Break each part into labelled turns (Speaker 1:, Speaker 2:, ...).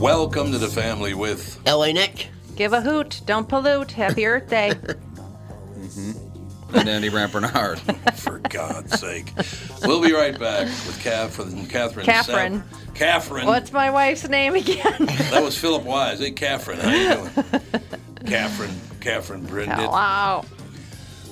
Speaker 1: Welcome to the family with
Speaker 2: LA Nick.
Speaker 3: Give a hoot. Don't pollute. Happy Earth Day.
Speaker 4: and Andy Rampernard.
Speaker 1: For God's sake. We'll be right back with Kath and Catherine.
Speaker 3: Catherine.
Speaker 1: Sapp- Catherine.
Speaker 3: What's my wife's name again?
Speaker 1: That was Philip Wise. Hey, Catherine, how you doing? Catherine. Catherine Brandit.
Speaker 3: wow.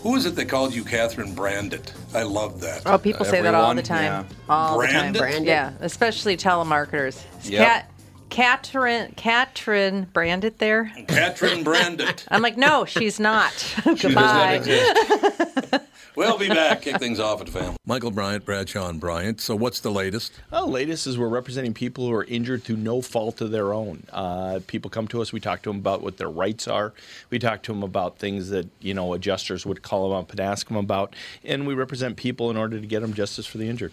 Speaker 1: Who is it that called you Catherine Brandit? I love that.
Speaker 3: Oh, people say that all
Speaker 4: Everyone,
Speaker 3: the time.
Speaker 4: yeah.
Speaker 3: All the
Speaker 1: Branded?
Speaker 3: time.
Speaker 2: Branded.
Speaker 3: Yeah, especially telemarketers.
Speaker 4: Yep.
Speaker 3: Cat, Catherine, Catherine Brandit there.
Speaker 1: Catherine Brandit.
Speaker 3: I'm like, no, she's not.
Speaker 1: does
Speaker 3: Goodbye.
Speaker 1: We'll be back. Kick things off at the family. Michael Bryant, Bradshaw and Bryant. So what's the latest?
Speaker 5: Well, latest is we're representing people who are injured through no fault of their own. Uh, people come to us. We talk to them about what their rights are. We talk to them about things that you know adjusters would call them up and ask them about, and we represent people in order to get them justice for the injured.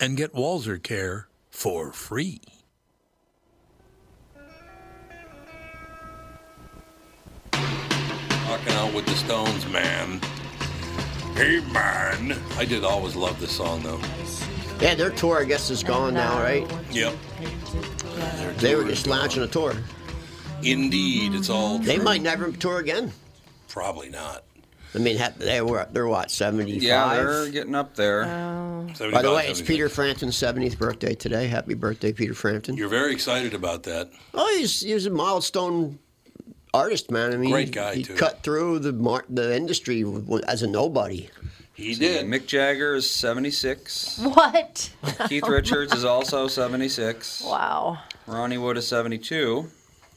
Speaker 1: and get Walzer Care for free. Rocking out with the Stones, man. Hey, man. I did always love this song, though.
Speaker 2: Yeah, their tour I guess is gone now, right?
Speaker 1: Yep.
Speaker 2: They were just launching a tour.
Speaker 1: Indeed, it's all.
Speaker 2: They
Speaker 1: true.
Speaker 2: might never tour again.
Speaker 1: Probably not.
Speaker 2: I mean, ha- they were they're what seventy five.
Speaker 4: Yeah, they're getting up there.
Speaker 3: Oh.
Speaker 2: By
Speaker 1: 75,
Speaker 2: the way, it's
Speaker 1: 76.
Speaker 2: Peter Frampton's seventieth birthday today. Happy birthday, Peter Frampton.
Speaker 1: You're very excited about that.
Speaker 2: Oh, he's he's a milestone artist, man. I mean,
Speaker 1: Great
Speaker 2: he-
Speaker 1: guy,
Speaker 2: he
Speaker 1: too.
Speaker 2: cut through the mar- the industry w- as a nobody.
Speaker 1: He
Speaker 4: Yeah,
Speaker 1: did.
Speaker 4: Mick Jagger is 76.
Speaker 3: what?
Speaker 4: Keith Richards is also 76.
Speaker 3: Wow.
Speaker 4: Ronnie Wood is 72.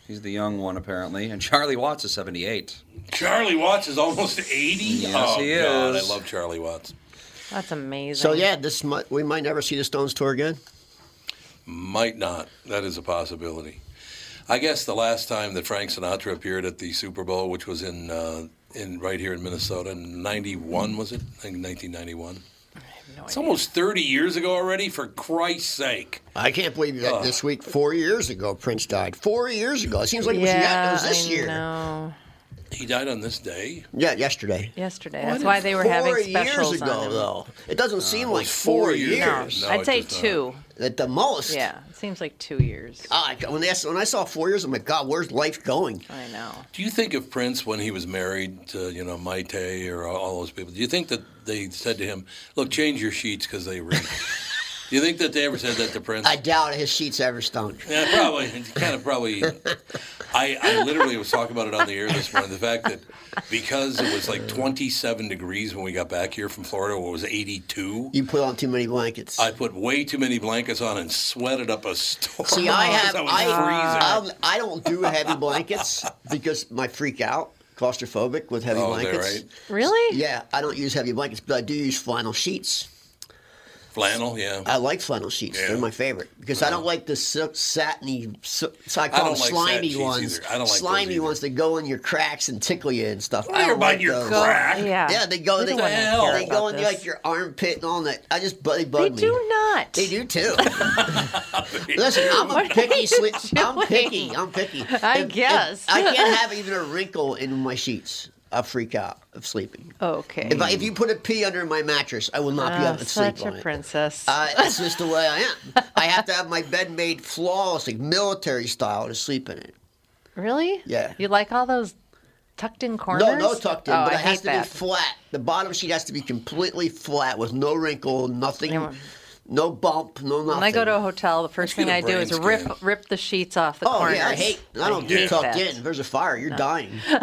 Speaker 4: He's the young one, apparently. And Charlie Watts is 78.
Speaker 1: Charlie Watts is almost 80.
Speaker 4: Yes,
Speaker 1: oh,
Speaker 4: he
Speaker 1: God, I
Speaker 4: is.
Speaker 1: love Charlie Watts.
Speaker 3: That's amazing.
Speaker 2: So yeah, this might, we might never see the Stones tour again.
Speaker 1: Might not. That is a possibility. I guess the last time that Frank Sinatra appeared at the Super Bowl, which was in uh, in right here in Minnesota, in '91 was it? I think 1991. It's almost 30 years ago already. For Christ's sake!
Speaker 2: I can't believe that this week, four years ago, Prince died. Four years ago. It seems like it was, yeah,
Speaker 3: yeah,
Speaker 2: it was this
Speaker 3: I
Speaker 2: year.
Speaker 3: know.
Speaker 1: He died on this day.
Speaker 2: Yeah, yesterday.
Speaker 3: Yesterday. That's why they were
Speaker 2: four
Speaker 3: having specials
Speaker 2: years ago,
Speaker 3: on them. Oh,
Speaker 2: though. It doesn't seem like
Speaker 1: Uh, four
Speaker 2: four
Speaker 1: years.
Speaker 2: years.
Speaker 1: No, it
Speaker 3: I'd say
Speaker 1: does not.
Speaker 3: two.
Speaker 2: At the most.
Speaker 3: Yeah, it seems like two years.
Speaker 2: Ah, I- when, they asked, when I saw four years, I'm like, God, where's life going?
Speaker 3: I know.
Speaker 1: Do you think of Prince when he was married to you know Maite or all those people? Do you think that they said to him, "Look, change your sheets because they reek"? Do you think that they ever said that to Prince?
Speaker 2: I doubt his sheets ever stunk.
Speaker 1: Yeah, probably. It's kind of probably. I, I literally was talking about it on the air this morning. The fact that because it was like 27 degrees when we got back here from Florida, where it was 82.
Speaker 2: You put on too many blankets.
Speaker 1: I put way too many blankets on and sweated up a storm.
Speaker 2: See, I have.
Speaker 1: I was
Speaker 2: I,
Speaker 1: freezing.
Speaker 2: I'm- I uh, don't do heavy blankets because my freak out, claustrophobic with heavy
Speaker 1: Oh, they're
Speaker 2: blankets.
Speaker 1: right.
Speaker 3: Really?
Speaker 2: Yeah, I don't use heavy blankets, but I do use flannel sheets.
Speaker 1: Flannel, yeah.
Speaker 2: I like flannel sheets.
Speaker 1: Yeah.
Speaker 2: They're my favorite because I don't like the silk, satiny, si- so I
Speaker 1: don't
Speaker 2: call
Speaker 1: like
Speaker 2: them
Speaker 1: satin
Speaker 2: slimy
Speaker 1: sheets
Speaker 2: ones.
Speaker 1: either. I don't like those
Speaker 2: slimy
Speaker 1: either.
Speaker 2: ones that go in your cracks and tickle you and stuff. I
Speaker 1: You're
Speaker 2: don't
Speaker 1: biting
Speaker 2: like
Speaker 1: your
Speaker 2: those.
Speaker 1: Go- crack.
Speaker 3: yeah.
Speaker 2: Yeah, they go.
Speaker 3: We
Speaker 2: They,
Speaker 3: don't wanna
Speaker 1: Hell.
Speaker 3: hear
Speaker 2: they go
Speaker 3: about
Speaker 2: in
Speaker 3: this.
Speaker 2: like your armpit and all that. I just they
Speaker 3: They
Speaker 2: bug me.
Speaker 3: do not.
Speaker 2: They do too. Listen, I'm a
Speaker 3: What are
Speaker 2: picky.
Speaker 3: you
Speaker 2: Sli- I'm
Speaker 3: doing?
Speaker 2: picky. I'm picky.
Speaker 3: I
Speaker 2: If- if
Speaker 3: guess.
Speaker 2: I can't have even a wrinkle in my sheets. I freak out of sleeping.
Speaker 3: Okay.
Speaker 2: If, I, if you put a pea under my mattress, I will not be
Speaker 3: Ah,
Speaker 2: able to sleep
Speaker 3: such
Speaker 2: on
Speaker 3: a
Speaker 2: it.
Speaker 3: princess.
Speaker 2: Uh, it's just the way I am. I have to have my bed made flawless, like military style, to sleep in it.
Speaker 3: really?
Speaker 2: yeah.
Speaker 3: You like all those tucked in corners?
Speaker 2: No, no tucked in,
Speaker 3: Oh,
Speaker 2: but
Speaker 3: I
Speaker 2: it has
Speaker 3: hate
Speaker 2: to
Speaker 3: that.
Speaker 2: be flat. The bottom sheet has to be completely flat with no wrinkle, nothing,
Speaker 3: Yeah.
Speaker 2: no bump, no nothing.
Speaker 3: When I go to a hotel, the first
Speaker 1: get
Speaker 3: thing
Speaker 1: a
Speaker 3: I do is
Speaker 1: brain
Speaker 3: rip
Speaker 1: scan.
Speaker 3: rip the sheets off the
Speaker 2: oh
Speaker 3: corners.
Speaker 2: yeah, I hate. I don't
Speaker 3: hate
Speaker 2: get tucked
Speaker 3: that.
Speaker 2: in. If there's a fire, you're dying.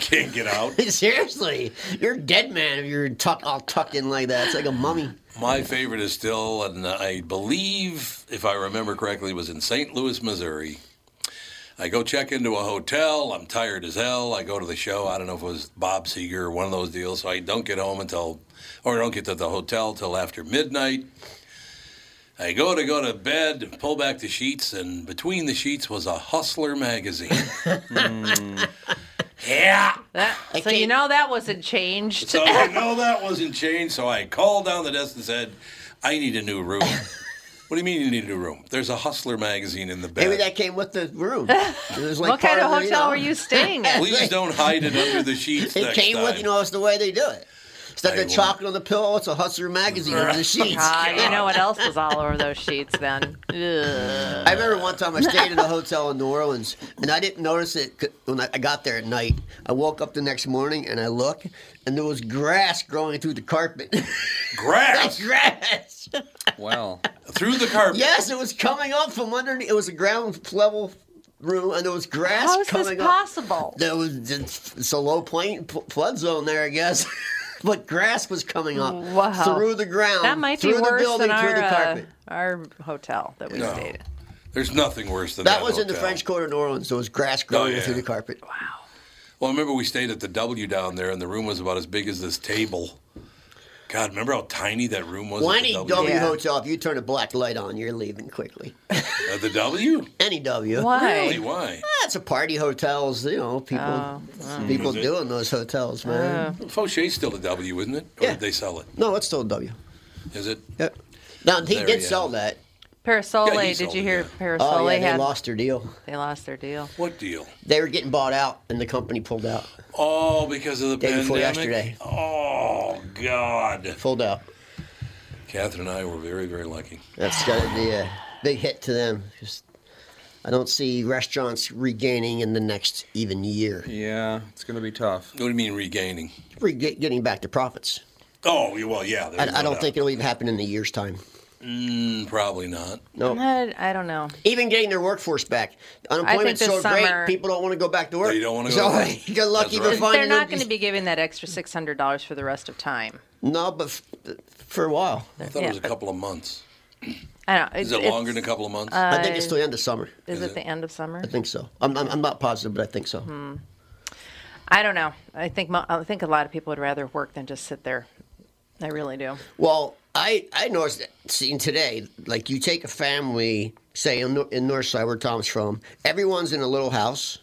Speaker 1: Can't get out.
Speaker 2: Seriously, you're a dead man if you're tuck all tucked in like that. It's like a mummy.
Speaker 1: My favorite is still, and I believe, if I remember correctly, was in St. Louis, Missouri. I go check into a hotel. I'm tired as hell. I go to the show. I don't know if it was Bob Seger or one of those deals. So I don't get home until, or I don't get to the hotel till after midnight. I go to go to bed, pull back the sheets, and between the sheets was a Hustler magazine. Yeah.
Speaker 3: That-
Speaker 2: I
Speaker 3: so you
Speaker 2: can't-
Speaker 3: know that wasn't changed.
Speaker 1: So I know that wasn't changed, so I called down the desk and said, I need a new room. what do you mean you need a new room? There's a Hustler magazine in the bed.
Speaker 2: Maybe that came with the room. It was like
Speaker 3: what kind
Speaker 2: part
Speaker 3: of
Speaker 2: the,
Speaker 3: hotel
Speaker 2: you know-
Speaker 3: were you staying at?
Speaker 1: Please don't hide it under the sheets.
Speaker 2: It
Speaker 1: next
Speaker 2: came with,
Speaker 1: time.
Speaker 2: you know, it's the way they do it. Instead
Speaker 1: I
Speaker 2: of
Speaker 1: will-
Speaker 2: the chocolate on the pillow, it's a Hustler magazine on the sheets.
Speaker 3: Ah, you know what else was all over those sheets then? Ugh.
Speaker 2: I remember one time I stayed in a hotel in New Orleans, and I didn't notice it c- when I I got there at night. I woke up the next morning and I look, and there was grass growing through the carpet.
Speaker 1: Grass
Speaker 2: grass.
Speaker 4: Well,
Speaker 1: through the carpet.
Speaker 2: Yes, it was coming up from underneath. It was a ground level room, and there was grass
Speaker 3: How is
Speaker 2: coming
Speaker 3: this
Speaker 2: up.
Speaker 3: possible?
Speaker 2: There was it's a low plain p- flood zone there, I guess. but grass was coming up
Speaker 3: Wow.
Speaker 2: through the ground,
Speaker 3: That might be
Speaker 2: through the
Speaker 3: worse
Speaker 2: building,
Speaker 3: than
Speaker 2: through
Speaker 3: our
Speaker 2: the
Speaker 3: uh,
Speaker 2: carpet.
Speaker 3: our hotel that we
Speaker 1: No.
Speaker 3: stayed at.
Speaker 1: There's nothing worse than that.
Speaker 2: that was in the
Speaker 1: hotel.
Speaker 2: French Quarter, New Orleans. There was grass growing
Speaker 1: Oh, yeah.
Speaker 2: through the carpet.
Speaker 1: Well, I remember we stayed at the W down there, and the room was about as big as this table. God, remember how tiny that room was?
Speaker 2: Well,
Speaker 1: at the
Speaker 2: any
Speaker 1: W?
Speaker 2: W
Speaker 3: Yeah.
Speaker 2: hotel, if you turn a black light on, you're leaving quickly.
Speaker 1: At the W?
Speaker 2: Any W.
Speaker 3: Why?
Speaker 1: Really? Why?
Speaker 2: That's a party hotels, you know, people
Speaker 3: Oh,
Speaker 2: people
Speaker 1: Was Hmm. it-
Speaker 2: doing those hotels, man.
Speaker 1: Fauché's still a W, isn't it? Or
Speaker 2: Yeah.
Speaker 1: did they sell it?
Speaker 2: no, it's still a W.
Speaker 1: Is it?
Speaker 2: Yep. Now he
Speaker 1: There
Speaker 2: did
Speaker 1: you
Speaker 2: sell
Speaker 1: have it.
Speaker 2: that.
Speaker 1: Yeah, he
Speaker 3: Parasole, did
Speaker 1: sold
Speaker 3: you
Speaker 1: it,
Speaker 3: hear
Speaker 1: yeah.
Speaker 3: Parasole
Speaker 2: Oh yeah, they
Speaker 3: had
Speaker 2: lost their deal.
Speaker 3: they lost their deal?
Speaker 1: What deal?
Speaker 2: They were getting bought out, and the company pulled out.
Speaker 1: Oh, because of the
Speaker 2: Day
Speaker 1: pandemic.
Speaker 2: before yesterday.
Speaker 1: Oh God.
Speaker 2: Pulled out.
Speaker 1: Catherine and I were very, very lucky.
Speaker 2: That's got to be a big hit to them. 'cause I don't see restaurants regaining in the next even year.
Speaker 4: yeah, it's going to be tough.
Speaker 1: What do you mean regaining?
Speaker 2: Reg- getting back to profits.
Speaker 1: Oh, yeah, well, yeah.
Speaker 2: I, I don't think it'll even happen in a year's time.
Speaker 1: it. Probably not.
Speaker 2: No.
Speaker 3: I, I don't know.
Speaker 2: Even getting their workforce back. Unemployment's
Speaker 3: this
Speaker 2: so
Speaker 3: summer-
Speaker 2: great, people don't want to go back to work.
Speaker 1: They don't wanna go
Speaker 2: so
Speaker 1: to work.
Speaker 2: You're lucky
Speaker 1: That's right.
Speaker 2: to find
Speaker 3: They're not going to be giving that extra six hundred dollars for the rest of time.
Speaker 2: No, but f- for a while.
Speaker 1: I thought
Speaker 3: Yeah,
Speaker 1: it was a
Speaker 3: but-
Speaker 1: couple of months.
Speaker 3: I don't.
Speaker 1: Is it longer than a couple of months?
Speaker 3: uh,
Speaker 2: I think it's till the end of summer.
Speaker 3: Is,
Speaker 1: Is
Speaker 3: it
Speaker 1: it?
Speaker 3: the end of summer?
Speaker 2: I think so. I'm, I'm, I'm not positive, but I think so.
Speaker 3: I don't know. I think mo- I think a lot of people would rather work than just sit there. I really do.
Speaker 2: Well, I I noticed that seen today. Like you take a family, say in, Nor- in Northside where Tom's from, everyone's in a little house,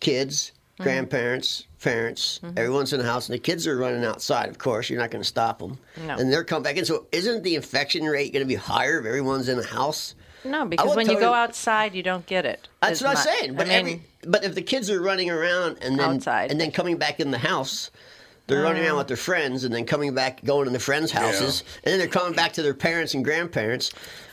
Speaker 2: kids, grandparents, parents, everyone's in a house, and the kids are running outside. Of course, you're not going to stop them,
Speaker 3: No.
Speaker 2: and they're coming back in. So, isn't the infection rate going to be higher if everyone's in a house?
Speaker 3: No, because
Speaker 2: would
Speaker 3: when you
Speaker 2: tell
Speaker 3: go
Speaker 2: you-
Speaker 3: outside, you don't get it.
Speaker 2: That's
Speaker 3: as
Speaker 2: what I'm
Speaker 3: much.
Speaker 2: saying. But
Speaker 3: I mean,
Speaker 2: every, but if the kids are running around and then
Speaker 3: Outside. Oh.
Speaker 2: and then coming back in the house, they're running around with their friends and then coming back going to the friends' houses and then they're coming back to their parents and grandparents.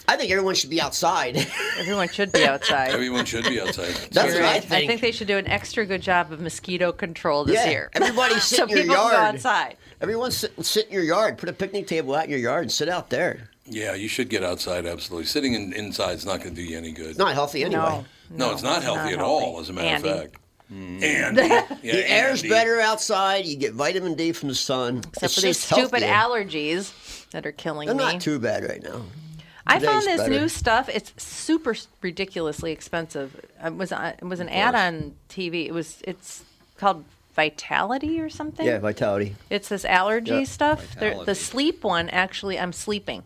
Speaker 2: I think everyone should be outside.
Speaker 3: everyone should be outside.
Speaker 1: Everyone should be outside.
Speaker 2: That's
Speaker 3: You're
Speaker 2: what I
Speaker 3: right.
Speaker 2: think.
Speaker 3: they should do an extra good job of mosquito control this
Speaker 2: Yeah,
Speaker 3: year.
Speaker 2: everybody sit
Speaker 3: so
Speaker 2: in your
Speaker 3: people can go
Speaker 2: yard.
Speaker 3: outside.
Speaker 2: everyone sit, sit in your yard, put a picnic table out in your yard and sit out there.
Speaker 1: yeah, you should get outside, absolutely. Sitting in, inside is not going to do you any good.
Speaker 2: It's not healthy anyway.
Speaker 3: No,
Speaker 1: No, it's not healthy at all, as a matter of
Speaker 3: Andy.
Speaker 1: fact. And yeah,
Speaker 2: Hmm. The air's
Speaker 1: Andy.
Speaker 2: better outside. You get vitamin D from the sun.
Speaker 3: Except
Speaker 2: it's
Speaker 3: for these
Speaker 2: just
Speaker 3: stupid
Speaker 2: healthier.
Speaker 3: allergies that are killing
Speaker 2: They're
Speaker 3: me.
Speaker 2: not too bad right now.
Speaker 3: I found
Speaker 2: Today's
Speaker 3: this
Speaker 2: better.
Speaker 3: new stuff. It's super s- ridiculously expensive. It was on- it was an ad on TV. It was it's called Vitality or something.
Speaker 2: Yeah, vitality.
Speaker 3: It's this allergy
Speaker 2: Yeah.
Speaker 3: stuff. They're- The
Speaker 4: Vitality.
Speaker 3: sleep one actually, I'm sleeping.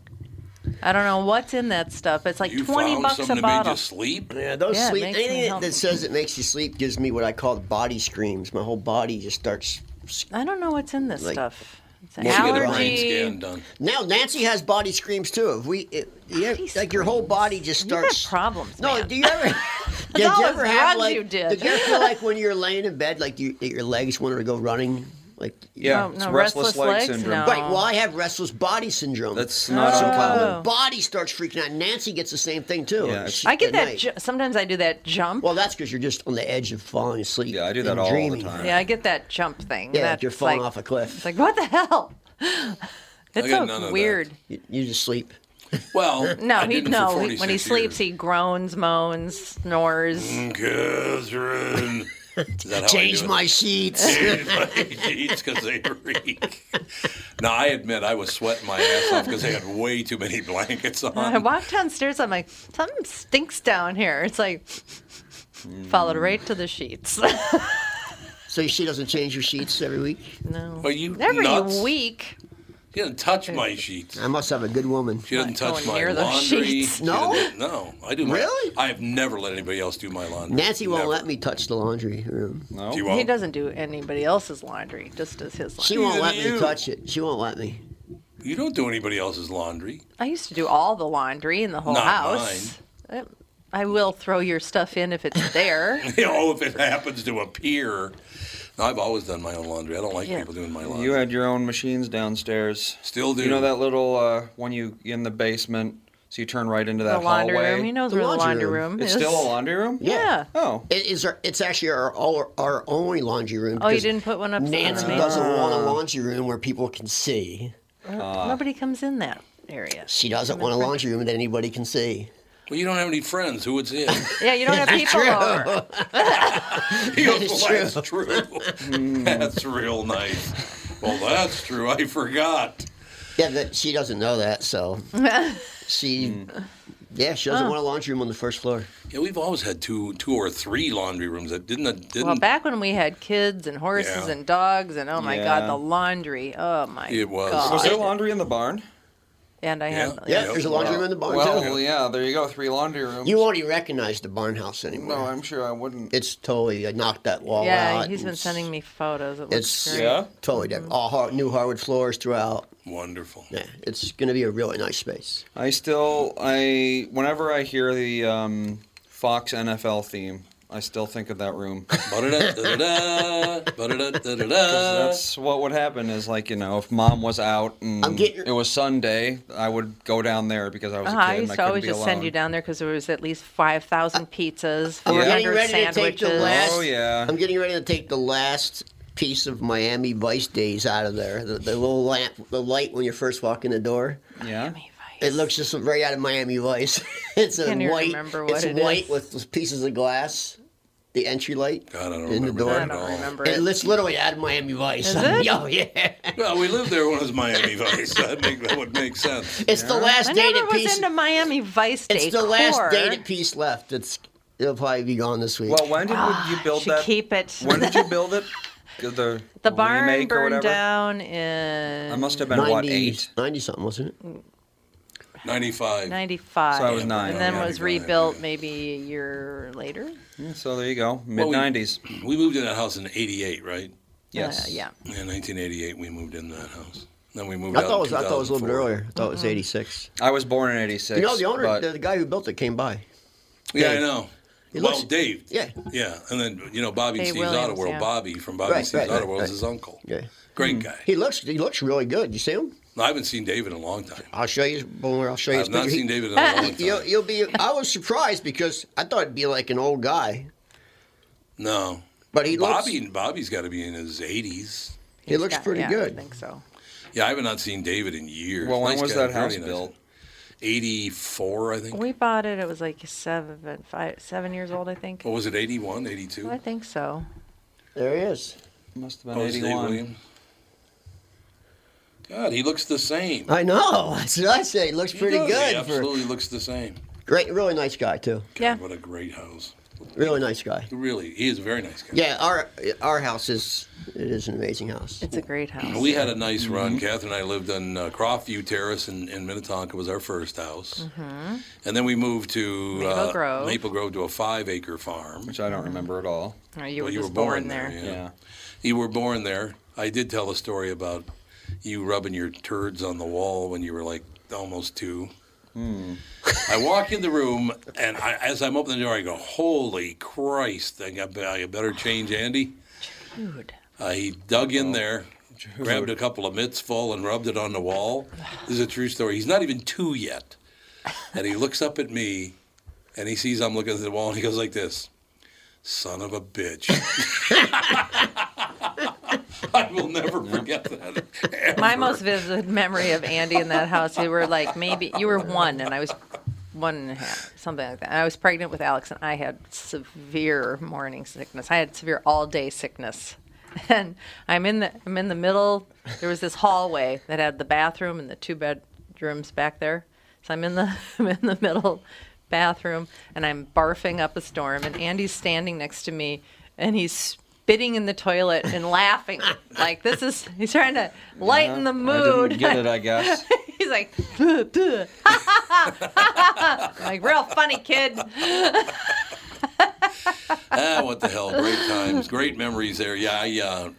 Speaker 3: I don't know what's in that stuff. It's like
Speaker 1: You
Speaker 3: twenty
Speaker 1: found
Speaker 3: bucks a
Speaker 1: something that made
Speaker 3: bottle.
Speaker 1: you sleep?
Speaker 2: Yeah, those
Speaker 3: Yeah, it
Speaker 2: sleep.
Speaker 3: makes me
Speaker 2: Anything that,
Speaker 3: healthy.
Speaker 2: that says it makes you sleep gives me what I call body screams. My whole body just starts. s-
Speaker 3: I don't know what's in this
Speaker 2: Like,
Speaker 3: stuff. It's an
Speaker 2: Once you get a brain
Speaker 1: Brain
Speaker 3: allergy.
Speaker 1: scan done.
Speaker 2: Now Nancy has body screams too. If we, it, yeah,
Speaker 3: Body
Speaker 2: like your whole
Speaker 3: screams.
Speaker 2: body just
Speaker 3: You got
Speaker 2: starts.
Speaker 3: problems,
Speaker 2: No,
Speaker 3: man.
Speaker 2: do you ever? did
Speaker 3: all
Speaker 2: you
Speaker 3: those
Speaker 2: ever have
Speaker 3: drugs
Speaker 2: like?
Speaker 3: you did.
Speaker 2: you ever feel like when you're laying in bed, like you, that your legs want to go running? Like
Speaker 4: Yeah,
Speaker 3: No,
Speaker 4: it's
Speaker 3: no,
Speaker 4: restless,
Speaker 3: restless
Speaker 4: leg
Speaker 3: legs,
Speaker 4: syndrome.
Speaker 3: no.
Speaker 2: Right. Well, I have restless body syndrome.
Speaker 4: That's not
Speaker 2: So
Speaker 4: uncommon.
Speaker 2: my body starts freaking out. Nancy gets the same thing too.
Speaker 4: Yeah, it's-
Speaker 3: I get
Speaker 2: At
Speaker 3: that.
Speaker 2: night.
Speaker 3: Ju- sometimes I do that jump.
Speaker 2: well, that's because you're just on the edge of falling asleep.
Speaker 4: Yeah, I do that
Speaker 2: and
Speaker 4: all the
Speaker 2: dreaming.
Speaker 4: time.
Speaker 3: yeah, I get that jump thing.
Speaker 2: Yeah, like
Speaker 3: That's
Speaker 2: you're falling
Speaker 3: like,
Speaker 2: off a cliff.
Speaker 3: It's like what the hell? It's
Speaker 1: got none of
Speaker 3: so
Speaker 1: that.
Speaker 3: weird.
Speaker 2: You, you just sleep.
Speaker 1: Well,
Speaker 3: No,
Speaker 1: I
Speaker 3: he
Speaker 1: did it for
Speaker 3: no. he- when he
Speaker 1: 46
Speaker 3: sleeps, he groans, moans, snores.
Speaker 1: years. Catherine. Is that how I
Speaker 2: Change
Speaker 1: Oh, do it?
Speaker 2: my sheets.
Speaker 1: because they reek. Now I admit I was sweating my ass off because they had way too many blankets
Speaker 3: I
Speaker 1: on.
Speaker 3: walked downstairs. I'm like, something stinks down here. It's like followed right to the sheets.
Speaker 2: so she doesn't change your sheets every week.
Speaker 3: no,
Speaker 1: Are you
Speaker 3: every
Speaker 1: nuts?
Speaker 3: week.
Speaker 1: She didn't touch my sheets.
Speaker 2: I must have a good woman.
Speaker 1: She doesn't
Speaker 3: Not
Speaker 1: touch
Speaker 3: going
Speaker 1: my
Speaker 3: near those
Speaker 1: laundry.
Speaker 3: sheets.
Speaker 1: She
Speaker 2: No?
Speaker 1: doesn't- no, I do. My,
Speaker 2: Really?
Speaker 1: I have never let anybody else do my laundry.
Speaker 2: Nancy won't
Speaker 1: Never.
Speaker 2: let me touch the laundry room.
Speaker 4: No.
Speaker 1: She won't.
Speaker 3: He doesn't do anybody else's laundry. Just does his
Speaker 2: She
Speaker 3: laundry.
Speaker 2: won't
Speaker 1: Neither
Speaker 2: let
Speaker 1: do
Speaker 2: me
Speaker 1: you.
Speaker 2: touch it. She won't let me.
Speaker 1: You don't do anybody else's laundry.
Speaker 3: I used to do all the laundry in the whole
Speaker 1: Not
Speaker 3: house. I I will throw your stuff in if it's there.
Speaker 1: oh, if it happens to appear. No, I've always done my own laundry. I don't like
Speaker 3: Yeah.
Speaker 1: people doing my laundry.
Speaker 4: You had your own machines downstairs.
Speaker 1: Still do.
Speaker 4: You know that little uh, one you in the basement, so you turn right into that
Speaker 3: the laundry
Speaker 4: hallway.
Speaker 3: room. He knows
Speaker 2: The
Speaker 3: where the
Speaker 2: laundry
Speaker 3: laundry
Speaker 2: room.
Speaker 3: room,
Speaker 4: it's
Speaker 3: is.
Speaker 4: still a laundry room.
Speaker 3: Yeah.
Speaker 4: Oh.
Speaker 2: It is our, it's actually our, our our only laundry room.
Speaker 3: Oh, you
Speaker 2: because
Speaker 3: didn't put one up.
Speaker 2: Nancy doesn't
Speaker 1: Ah.
Speaker 2: want a laundry room where people can see.
Speaker 3: Nobody comes in that area.
Speaker 2: She doesn't want a laundry room that anybody can see.
Speaker 1: Well, you don't have any friends. Who would see it?
Speaker 3: Yeah, you don't have people over.
Speaker 1: He goes,
Speaker 2: It's
Speaker 1: "Well, that's true. Mm. that's real nice. Well, that's true. I forgot.
Speaker 2: Yeah, that she doesn't know that, so she. Yeah, she doesn't want a laundry room on the first floor.
Speaker 1: Yeah, we've always had two, two or three laundry rooms. That didn't, that didn't.
Speaker 3: Well, back when we had kids and horses
Speaker 1: Yeah.
Speaker 3: and dogs and oh my
Speaker 4: Yeah.
Speaker 3: god, the laundry. Oh my
Speaker 1: It was.
Speaker 3: god.
Speaker 4: Was there laundry in the barn?
Speaker 3: and I had
Speaker 2: Yeah,
Speaker 1: Yep.
Speaker 2: there's a laundry room in the barn
Speaker 4: Well,
Speaker 2: too.
Speaker 4: yeah. There you go. Three laundry rooms.
Speaker 2: You won't even recognize the barn house anymore.
Speaker 4: No, I'm sure I wouldn't.
Speaker 2: it's totally I knocked that wall
Speaker 3: Yeah,
Speaker 2: out.
Speaker 3: he's been
Speaker 2: It's-
Speaker 3: sending me photos. It looks
Speaker 2: It's
Speaker 3: great.
Speaker 4: Yeah?
Speaker 2: totally different. All hard, new hardwood floors throughout.
Speaker 1: Wonderful.
Speaker 2: Yeah, it's going to be a really nice space.
Speaker 4: I still, I whenever I hear the um, Fox NFL theme, I still think of that room.
Speaker 1: Ba-da-da-da-da-da, ba-da-da-da-da-da.
Speaker 4: That's what would happen is like you know if mom was out and
Speaker 2: I'm getting-
Speaker 4: it was Sunday, I would go down there because I was
Speaker 3: Uh,
Speaker 4: a kid.
Speaker 3: I
Speaker 4: and
Speaker 3: used
Speaker 4: I
Speaker 3: to
Speaker 4: couldn't
Speaker 3: always
Speaker 4: be
Speaker 3: just
Speaker 4: alone.
Speaker 3: send you down there because there was at least five thousand pizzas,
Speaker 2: I'm
Speaker 3: four
Speaker 2: getting
Speaker 3: hundred
Speaker 2: Oh, ready to take the
Speaker 3: sandwiches.
Speaker 2: last.
Speaker 4: Oh, yeah.
Speaker 2: I'm getting ready to take the last piece of Miami Vice days out of there. The, the little lamp, the light when you first walk in the door.
Speaker 4: Yeah.
Speaker 2: It looks just right out of Miami Vice. it's a
Speaker 3: Can't even
Speaker 2: white.
Speaker 3: remember what
Speaker 2: it's
Speaker 3: it
Speaker 2: white
Speaker 3: is.
Speaker 2: with those pieces of glass. The entry light.
Speaker 1: God, I don't
Speaker 2: in the
Speaker 1: remember
Speaker 2: door.
Speaker 1: that
Speaker 3: I
Speaker 1: at all.
Speaker 3: don't remember
Speaker 2: It
Speaker 3: it.
Speaker 2: looks literally out of Miami Vice.
Speaker 3: Is it?
Speaker 2: oh yeah.
Speaker 1: Well, we lived there when it was Miami Vice. That, make, that would make sense.
Speaker 2: It's the last
Speaker 3: I
Speaker 2: dated
Speaker 3: never was
Speaker 2: piece.
Speaker 3: into Miami Vice
Speaker 2: It's
Speaker 3: decor.
Speaker 2: the last dated piece left. It's it'll probably be gone this week.
Speaker 4: Well, when did would you build
Speaker 3: Should
Speaker 4: that?
Speaker 3: Ah, keep it.
Speaker 4: When did you build it? The
Speaker 3: the barn
Speaker 4: remake or
Speaker 3: burned
Speaker 4: whatever?
Speaker 3: down in
Speaker 4: I must have been what
Speaker 2: 90
Speaker 4: eight.
Speaker 2: 90 something, wasn't it?
Speaker 1: 95.
Speaker 3: 95.
Speaker 4: So I was nine.
Speaker 3: And then
Speaker 4: Yeah,
Speaker 1: I think
Speaker 3: was
Speaker 1: I-
Speaker 3: rebuilt maybe a year later.
Speaker 4: Yeah, So there you go, mid
Speaker 1: we-
Speaker 4: '90s.
Speaker 1: We moved in that house in 88, right?
Speaker 4: yes.
Speaker 3: Uh, yeah.
Speaker 1: Yeah, 1988, we moved in that house. Then we moved
Speaker 2: I
Speaker 1: out
Speaker 2: thought, it
Speaker 1: in
Speaker 2: was, I thought it was a little bit
Speaker 1: 2004.
Speaker 2: earlier. I thought it was 86.
Speaker 4: I was born in '86.
Speaker 2: You know, the owner,
Speaker 4: but-
Speaker 2: the, the guy who built it came by.
Speaker 1: Yeah, I
Speaker 2: Dave.
Speaker 1: know.
Speaker 2: He
Speaker 1: well,
Speaker 2: looks-
Speaker 1: Dave.
Speaker 2: Yeah.
Speaker 1: Yeah, and then you know Bobby and
Speaker 3: Dave
Speaker 1: Steve's
Speaker 3: Williams,
Speaker 1: Auto World.
Speaker 3: yeah.
Speaker 1: Bobby from Bobby
Speaker 2: Right,
Speaker 1: and Steve's
Speaker 2: right,
Speaker 1: Auto
Speaker 2: right,
Speaker 1: World is
Speaker 2: right.
Speaker 1: his uncle.
Speaker 2: Yeah. Mm-hmm.
Speaker 1: Great guy.
Speaker 2: He looks he looks really good. You see him?
Speaker 1: I haven't seen Dave in a long time.
Speaker 2: I'll show you. his- I'll show you. his
Speaker 1: I've not
Speaker 2: picture.
Speaker 1: seen
Speaker 2: He-
Speaker 1: David in a long
Speaker 2: You'll,
Speaker 1: time.
Speaker 2: you'll be. I was surprised because I thought it'd be like an old guy,
Speaker 1: No.
Speaker 2: but he looks
Speaker 1: Bobby Bobby's got to be in his 80s.
Speaker 2: he looks
Speaker 3: Yeah,
Speaker 2: pretty
Speaker 3: yeah,
Speaker 2: good.
Speaker 3: I think so.
Speaker 1: Yeah, I have not seen David in years.
Speaker 4: well, when
Speaker 1: Nice
Speaker 4: was
Speaker 1: guy,
Speaker 4: that house
Speaker 1: very nice.
Speaker 4: built?
Speaker 1: 84, I think.
Speaker 3: We bought it. It was like seven, five, seven years old, I think.
Speaker 1: What was it, 81, 82?
Speaker 3: I think so.
Speaker 2: There he is.
Speaker 4: Must have
Speaker 1: Oh,
Speaker 4: been
Speaker 1: it's Dave
Speaker 4: '81.
Speaker 1: Williams. God, he looks the same.
Speaker 2: I know. That's what I say. He looks
Speaker 1: He
Speaker 2: pretty
Speaker 1: does. He
Speaker 2: good. For,
Speaker 1: absolutely looks the same.
Speaker 2: great, really nice guy too.
Speaker 1: God,
Speaker 3: Yeah.
Speaker 1: What a great house.
Speaker 2: Really nice guy.
Speaker 1: Really, he is a very nice guy.
Speaker 2: Yeah, our our house is It is an amazing house.
Speaker 3: It's a great house.
Speaker 1: We had a nice
Speaker 3: Mm-hmm.
Speaker 1: run. Catherine and I lived on uh, Crossview Terrace in, in Minnetonka was our first house, and then we moved to
Speaker 3: Mm-hmm.
Speaker 1: uh,
Speaker 3: Maple Grove.
Speaker 1: Maple Grove to a five-acre farm.
Speaker 4: which I don't remember at all.
Speaker 3: Oh, you
Speaker 1: Well,
Speaker 3: were just born, there.
Speaker 1: yeah.
Speaker 4: Yeah.
Speaker 1: You were born there. I did tell a story about you rubbing your turds on the wall when you were like almost two. I walk in the room, and I, as I'm opening the door, I go, "Holy Christ! I, got, I better change, Andy."
Speaker 3: Dude.
Speaker 1: Uh, he dug in there, grabbed a couple of mitts full, and rubbed it on the wall. This is a true story. He's not even two yet. And he looks up at me and he sees I'm looking at the wall and he goes like this Son of a bitch. I will never forget that. ever.
Speaker 3: My most vivid memory of Andy in that house, you were like maybe you were one, and I was one and a half, something like that. And I was pregnant with Alex, and I had severe morning sickness. I had severe all day sickness, and I'm in the I'm in the middle. There was this hallway that had the bathroom and the two bedrooms back there, so I'm in the I'm in the middle bathroom, and I'm barfing up a storm, and Andy's standing next to me, and he's. Spitting in the toilet and laughing like this is he's trying to lighten the
Speaker 4: Uh-huh. I
Speaker 3: mood.
Speaker 4: didn't get it, I guess.
Speaker 3: He's like, "Duh, duh." like real funny kid.
Speaker 1: ah, what the hell? Great times, great memories there. Yeah, I uh,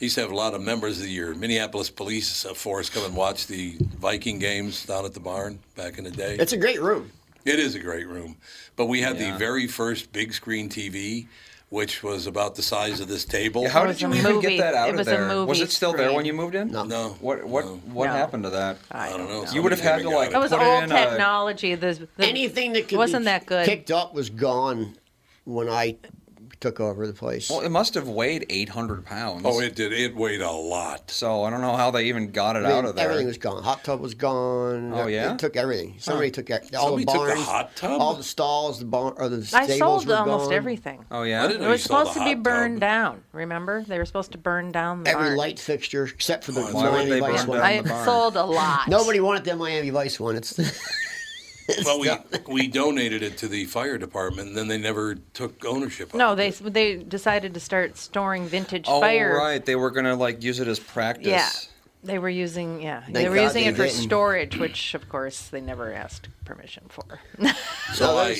Speaker 1: used to have a lot of members of your Minneapolis police uh, force come and watch the Viking games down at the barn back in the day.
Speaker 2: It's a great room.
Speaker 1: It is a great room. But we had
Speaker 4: Yeah.
Speaker 1: the very first big screen TV, which was about the size of this table.
Speaker 4: How
Speaker 3: was
Speaker 4: did you
Speaker 3: a
Speaker 4: even
Speaker 3: movie.
Speaker 4: get that out
Speaker 3: It
Speaker 4: of
Speaker 3: was a
Speaker 4: there? was
Speaker 3: movie
Speaker 4: it still there when
Speaker 3: screen.
Speaker 4: you moved in?
Speaker 2: No.
Speaker 1: No.
Speaker 4: What what
Speaker 1: No.
Speaker 4: what
Speaker 3: No. Uh,
Speaker 4: happened to that?
Speaker 1: I don't know.
Speaker 4: You would have had to, like,
Speaker 3: It was
Speaker 4: Put it
Speaker 3: old
Speaker 4: in uh, a-
Speaker 3: technology. The, the-
Speaker 2: Anything that could
Speaker 3: wasn't
Speaker 2: be
Speaker 3: that good.
Speaker 2: kicked up was gone when I took over the place.
Speaker 4: Well, it must have weighed 800 pounds.
Speaker 1: Oh, it did. It weighed a lot.
Speaker 4: So I don't know how they even got it
Speaker 2: I mean,
Speaker 4: out of there.
Speaker 2: Everything was gone. Hot tub was gone.
Speaker 4: Oh,
Speaker 2: They-
Speaker 4: yeah?
Speaker 2: they took everything. Somebody took e- all
Speaker 1: Somebody
Speaker 2: the
Speaker 1: took the
Speaker 2: barns,
Speaker 1: hot tub?
Speaker 2: all the stalls, the barn, or the stables
Speaker 3: I sold
Speaker 2: were
Speaker 3: almost
Speaker 2: gone.
Speaker 3: everything.
Speaker 4: oh yeah.
Speaker 1: I didn't
Speaker 3: It
Speaker 1: know
Speaker 3: was
Speaker 1: you sold
Speaker 3: supposed
Speaker 1: the
Speaker 3: to be
Speaker 1: hot tub.
Speaker 3: burned down. Remember, they were supposed to burn down the
Speaker 2: Every
Speaker 3: barn.
Speaker 2: light fixture except for the
Speaker 1: Why would
Speaker 2: Miami
Speaker 4: they
Speaker 2: Vice
Speaker 4: burn
Speaker 2: one.
Speaker 4: down
Speaker 3: I
Speaker 4: the barn.
Speaker 3: sold a lot.
Speaker 2: Nobody wanted that Miami Vice one. It's
Speaker 1: Well, we, we donated it to the fire department, and then they never took ownership of
Speaker 3: No,
Speaker 1: it.
Speaker 3: they they decided to start storing vintage
Speaker 4: Oh
Speaker 3: fire.
Speaker 4: right, they were gonna like use it as practice.
Speaker 3: Yeah. They were using yeah. They,
Speaker 2: Thank
Speaker 3: were
Speaker 2: God
Speaker 3: using
Speaker 2: they
Speaker 3: it for
Speaker 2: didn't.
Speaker 3: storage, which of course they never asked permission for.
Speaker 1: So
Speaker 4: Oh,
Speaker 1: I,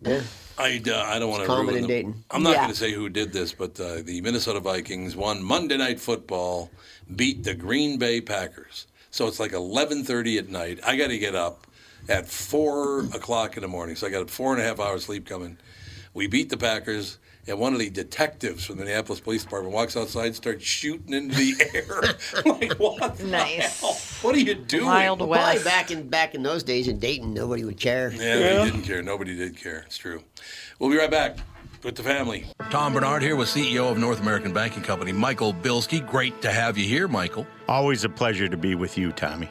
Speaker 2: yeah.
Speaker 1: I, uh, I don't want to
Speaker 2: common
Speaker 1: ruin
Speaker 2: in
Speaker 1: the-
Speaker 2: Dayton.
Speaker 1: I'm not
Speaker 3: Yeah.
Speaker 1: going to say who did this, but uh, the Minnesota Vikings won Monday Night Football, beat the Green Bay Packers. So it's like 11:30 at night. I got to get up at four o'clock in the morning. So I got four and a half hours sleep coming. We beat the Packers. And one of the detectives from the Minneapolis Police Department walks outside and starts shooting into the air. like, what? the
Speaker 3: Nice.
Speaker 1: hell? What are you doing?
Speaker 3: Wild
Speaker 2: Well,
Speaker 3: West.
Speaker 2: probably back in back in those days in Dayton, nobody would care.
Speaker 1: Yeah, they didn't care. Nobody did care. It's true. We'll be right back with the family. Tom Bernard here with CEO of North American Banking Company, Michael Bilski. Great to have you here, Michael.
Speaker 6: Always a pleasure to be with you, Tommy.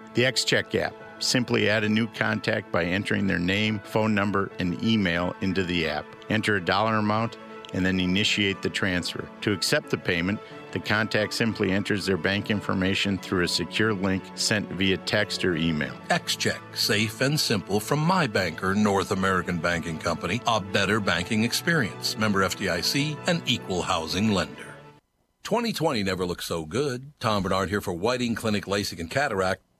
Speaker 6: The XCheck app. Simply add a new contact by entering their name, phone number, and email into the app. Enter a dollar amount and then initiate the transfer. To accept the payment, the contact simply enters their bank information through a secure link sent via text or email.
Speaker 1: XCheck, safe and simple from my banker, North American Banking Company, a better banking experience. Member FDIC, an equal housing lender. 2020 never looked so good. Tom Bernard here for Whiting Clinic LASIK and Cataract.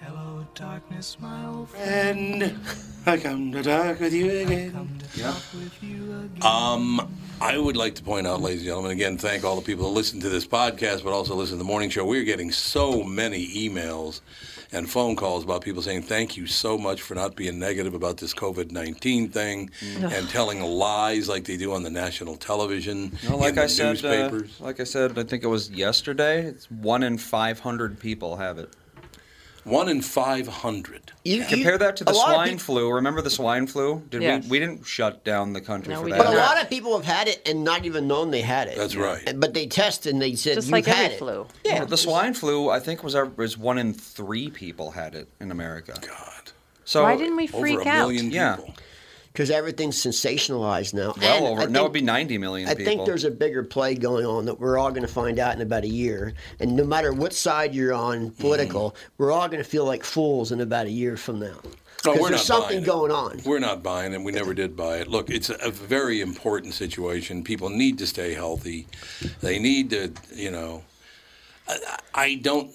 Speaker 7: Hello, darkness, my old friend. I come to talk with you again.
Speaker 1: Um, I would like to point out, ladies and gentlemen, again, thank all the people that listen to this podcast, but also listen to the morning show. We're getting so many emails and phone calls about people saying thank you so much for not being negative about this COVID nineteen thing and telling lies like they do on the national television,
Speaker 4: No, like
Speaker 1: in the
Speaker 4: I said, uh,
Speaker 1: newspapers.
Speaker 4: like I said, I think it was yesterday. It's one in five hundred people have it.
Speaker 1: One in five hundred.
Speaker 2: You, you-
Speaker 4: Compare that to the
Speaker 2: a lot of
Speaker 4: swine
Speaker 2: peop-
Speaker 4: flu. Remember the swine flu? Did
Speaker 3: Yes.
Speaker 4: we? We didn't shut down the country
Speaker 3: No,
Speaker 4: for
Speaker 3: we
Speaker 4: that.
Speaker 2: But a
Speaker 3: Yeah.
Speaker 2: lot of people have had it and not even known they had it.
Speaker 1: That's right.
Speaker 2: And- But they test and they said
Speaker 3: Just
Speaker 2: you
Speaker 3: like
Speaker 2: had
Speaker 3: every
Speaker 2: it.
Speaker 3: flu.
Speaker 2: Yeah.
Speaker 4: the swine flu, I think, was our, was one in three people had it in America.
Speaker 1: God.
Speaker 4: So
Speaker 3: Why didn't we
Speaker 1: Over
Speaker 3: freak
Speaker 1: a
Speaker 3: out?
Speaker 1: million
Speaker 4: Yeah.
Speaker 1: people.
Speaker 2: Because everything's sensationalized now.
Speaker 4: Well
Speaker 2: And
Speaker 4: over.
Speaker 2: I
Speaker 4: no, it'd
Speaker 2: think-
Speaker 4: be ninety million.
Speaker 2: I
Speaker 4: people.
Speaker 2: think there's a bigger play going on that we're all going to find out in about a year. And no matter what side you're on,
Speaker 1: Mm-hmm.
Speaker 2: political, we're all going to feel like fools in about a year from now.
Speaker 1: No,
Speaker 2: Because
Speaker 1: Oh, we're
Speaker 2: there's
Speaker 1: not
Speaker 2: something
Speaker 1: buying it.
Speaker 2: going on.
Speaker 1: We're not buying it. We never did buy it. Look, it's a very important situation. People need to stay healthy. They need to, you know. I, I don't.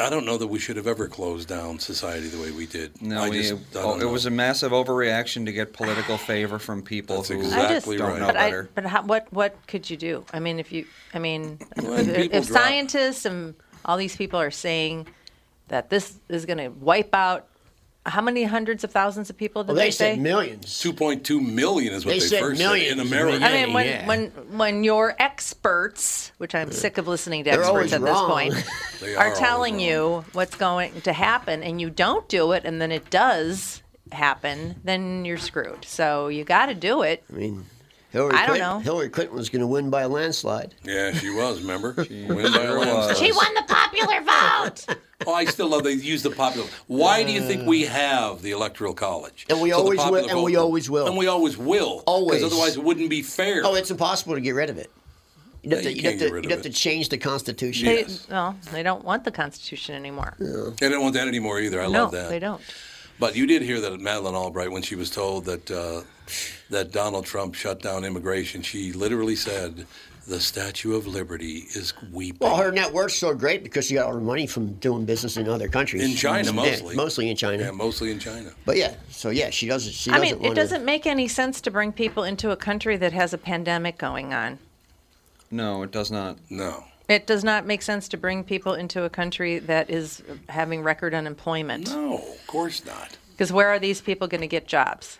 Speaker 1: I don't know that we should have ever closed down society the way we did.
Speaker 4: No,
Speaker 1: I
Speaker 4: we,
Speaker 1: just, I
Speaker 4: oh,
Speaker 1: don't
Speaker 4: it
Speaker 1: know.
Speaker 4: was a massive overreaction to get political favor from people
Speaker 1: That's
Speaker 4: who
Speaker 1: exactly
Speaker 3: I
Speaker 1: right.
Speaker 3: just,
Speaker 4: don't know
Speaker 3: But, I,
Speaker 4: better.
Speaker 3: but how, what what could you do? I mean, if you, I mean,
Speaker 1: Well,
Speaker 3: if,
Speaker 1: and people
Speaker 3: if
Speaker 1: drop-
Speaker 3: scientists and all these people are saying that this is going to wipe out how many hundreds of thousands of people did
Speaker 2: Well,
Speaker 3: they,
Speaker 2: they,
Speaker 3: say?
Speaker 2: said millions.
Speaker 1: 2.2 million is what they,
Speaker 2: They said
Speaker 1: first said in
Speaker 2: millions.
Speaker 1: America.
Speaker 3: I mean, when,
Speaker 2: Yeah.
Speaker 3: when when your experts, which I'm sick of listening to
Speaker 2: They're always
Speaker 3: experts at
Speaker 2: wrong.
Speaker 3: this
Speaker 1: They
Speaker 3: point,
Speaker 1: are
Speaker 3: are,
Speaker 1: always
Speaker 3: telling
Speaker 1: wrong.
Speaker 3: you what's going to happen, and you don't do it, and then it does happen, then you're screwed. So you got to do it.
Speaker 2: I mean, Hillary
Speaker 3: I don't
Speaker 2: Clinton,
Speaker 3: know.
Speaker 2: Hillary Clinton was going to win by a landslide.
Speaker 1: yeah, she was. Remember, she went by her
Speaker 4: sure
Speaker 1: landslide.
Speaker 4: was.
Speaker 3: She won the popular vote.
Speaker 1: Oh, I still love they use the popular. Why do you think we have the electoral college?
Speaker 2: And we
Speaker 1: the
Speaker 2: always
Speaker 1: popular
Speaker 2: will- and we
Speaker 1: vote-
Speaker 2: always will.
Speaker 1: And we always will.
Speaker 2: Always.
Speaker 1: Because otherwise, it wouldn't be fair.
Speaker 2: Oh, it's impossible to get rid of it. You'd have
Speaker 1: Yeah,
Speaker 2: to,
Speaker 1: you
Speaker 2: you'd
Speaker 1: can't
Speaker 2: have
Speaker 1: get
Speaker 2: to,
Speaker 1: rid
Speaker 2: you'd
Speaker 1: of
Speaker 2: have
Speaker 1: it.
Speaker 2: to change the Constitution.
Speaker 3: They,
Speaker 1: Yes.
Speaker 3: well, they don't want the Constitution anymore.
Speaker 1: They don't want that anymore either. I
Speaker 3: no,
Speaker 1: love that.
Speaker 3: they don't.
Speaker 1: But you did hear that Madeleine Albright, when she was told that uh, that Donald Trump shut down immigration, she literally said, "The Statue of Liberty is weeping."
Speaker 2: Well, her net worth's so great because she got all her money from doing business in other countries.
Speaker 1: in China
Speaker 2: Yeah,
Speaker 1: mostly.
Speaker 2: mostly in China.
Speaker 1: Yeah, mostly in China.
Speaker 2: But yeah, so yeah, she doesn't. She
Speaker 3: I
Speaker 2: doesn't
Speaker 3: mean,
Speaker 2: wanna,
Speaker 3: it doesn't make any sense to bring people into a country that has a pandemic going on.
Speaker 4: No, it does not.
Speaker 1: No.
Speaker 3: It does not make sense to bring people into a country that is having record unemployment.
Speaker 1: No, of course not.
Speaker 3: Because where are these people going to get jobs?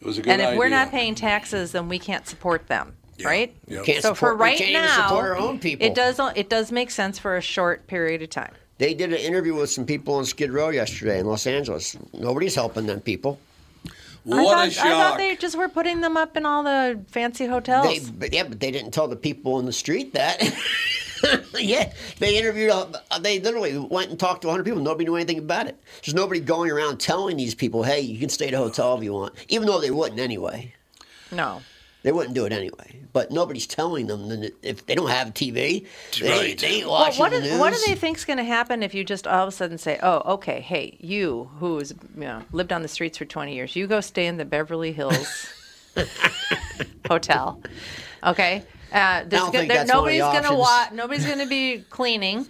Speaker 1: It was a good
Speaker 3: and if we're
Speaker 1: idea.
Speaker 3: not paying taxes, then we can't support them,
Speaker 1: Yeah,
Speaker 3: right?
Speaker 1: yeah.
Speaker 2: Can't
Speaker 3: so
Speaker 2: support-
Speaker 3: for
Speaker 2: we
Speaker 3: right
Speaker 2: can't even
Speaker 3: now,
Speaker 2: support our own people.
Speaker 3: it does it does make sense for a short period of time.
Speaker 2: They did an interview with some people on Skid Row yesterday in Los Angeles. Nobody's helping them people.
Speaker 1: what
Speaker 3: I thought,
Speaker 1: a
Speaker 3: I
Speaker 1: shock!
Speaker 3: thought they just were putting them up in all the fancy hotels.
Speaker 2: They, but yeah, but they didn't tell the people on the street that. yeah, they interviewed. uh, They literally went and talked to 100 people. Nobody knew anything about it. There's nobody going around telling these people, "Hey, you can stay at a hotel if you want," even though they wouldn't anyway.
Speaker 3: no.
Speaker 2: They wouldn't do it anyway. But nobody's telling them that if they don't have TV, they,
Speaker 1: Right.
Speaker 2: they ain't
Speaker 3: Well,
Speaker 2: watching
Speaker 3: what,
Speaker 2: the
Speaker 3: do-
Speaker 2: news.
Speaker 3: what do they think's going to happen if you just all of a sudden say, "Oh, okay, hey, you who's you know lived on the streets for 20 years, you go stay in the Beverly Hills hotel, okay? Uh, there's
Speaker 2: don't
Speaker 3: go-
Speaker 2: think
Speaker 3: there-
Speaker 2: that's one of the
Speaker 3: nobody's going to
Speaker 2: options.
Speaker 3: wa- Nobody's going to be cleaning.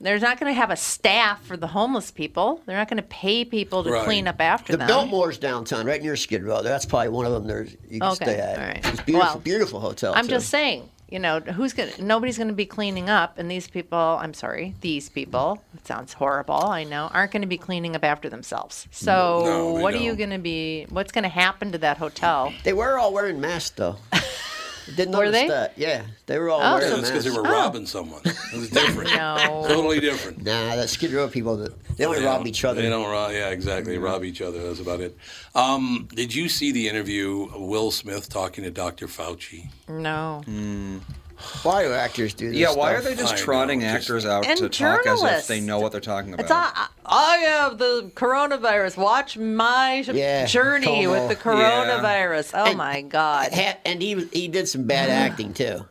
Speaker 3: They're not going to have a staff for the homeless people. They're not going to pay people to
Speaker 1: Right.
Speaker 3: clean up after
Speaker 2: The
Speaker 3: them.
Speaker 2: Biltmore's downtown, right near Skid Row. That's probably one of them. There's you can
Speaker 3: Okay,
Speaker 2: stay at.
Speaker 3: all right.
Speaker 2: It's beautiful,
Speaker 3: Well,
Speaker 2: beautiful hotel.
Speaker 3: I'm
Speaker 2: too.
Speaker 3: just saying, you know, who's gonna? Nobody's gonna be cleaning up, and these people. I'm sorry, these people. It sounds horrible. I know, aren't gonna be cleaning up after themselves. So,
Speaker 1: No, they
Speaker 3: what are you
Speaker 1: don't.
Speaker 3: gonna be? What's gonna happen to that hotel?
Speaker 2: They were all wearing masks though. Didn't
Speaker 3: Were
Speaker 2: notice
Speaker 3: they?
Speaker 2: that. Yeah, they were all
Speaker 3: Oh.
Speaker 2: wearing
Speaker 1: Yeah, that's because
Speaker 2: masks.
Speaker 1: they were robbing someone. That's different.
Speaker 3: No,
Speaker 1: Totally different.
Speaker 2: Nah, that Skid Row people. that- They only rob
Speaker 1: don't-
Speaker 2: each other.
Speaker 1: They don't rob. Yeah, exactly. They Rob each other. That's about it. Um, did you see the interview of Will Smith talking to Dr. Fauci?
Speaker 3: no.
Speaker 2: Why do actors do this?
Speaker 4: Yeah, why are
Speaker 2: stuff?
Speaker 4: they just
Speaker 1: I know,
Speaker 4: trotting
Speaker 1: just-
Speaker 4: actors out
Speaker 3: And
Speaker 4: to talk as if
Speaker 3: journalists.
Speaker 4: they know what they're talking about?
Speaker 3: It's I, I have the coronavirus. Watch my sh-
Speaker 2: Yeah,
Speaker 3: journey
Speaker 2: total.
Speaker 3: with the coronavirus. Oh
Speaker 2: And-
Speaker 3: my God!
Speaker 2: Ha- And he was- he did some bad acting too.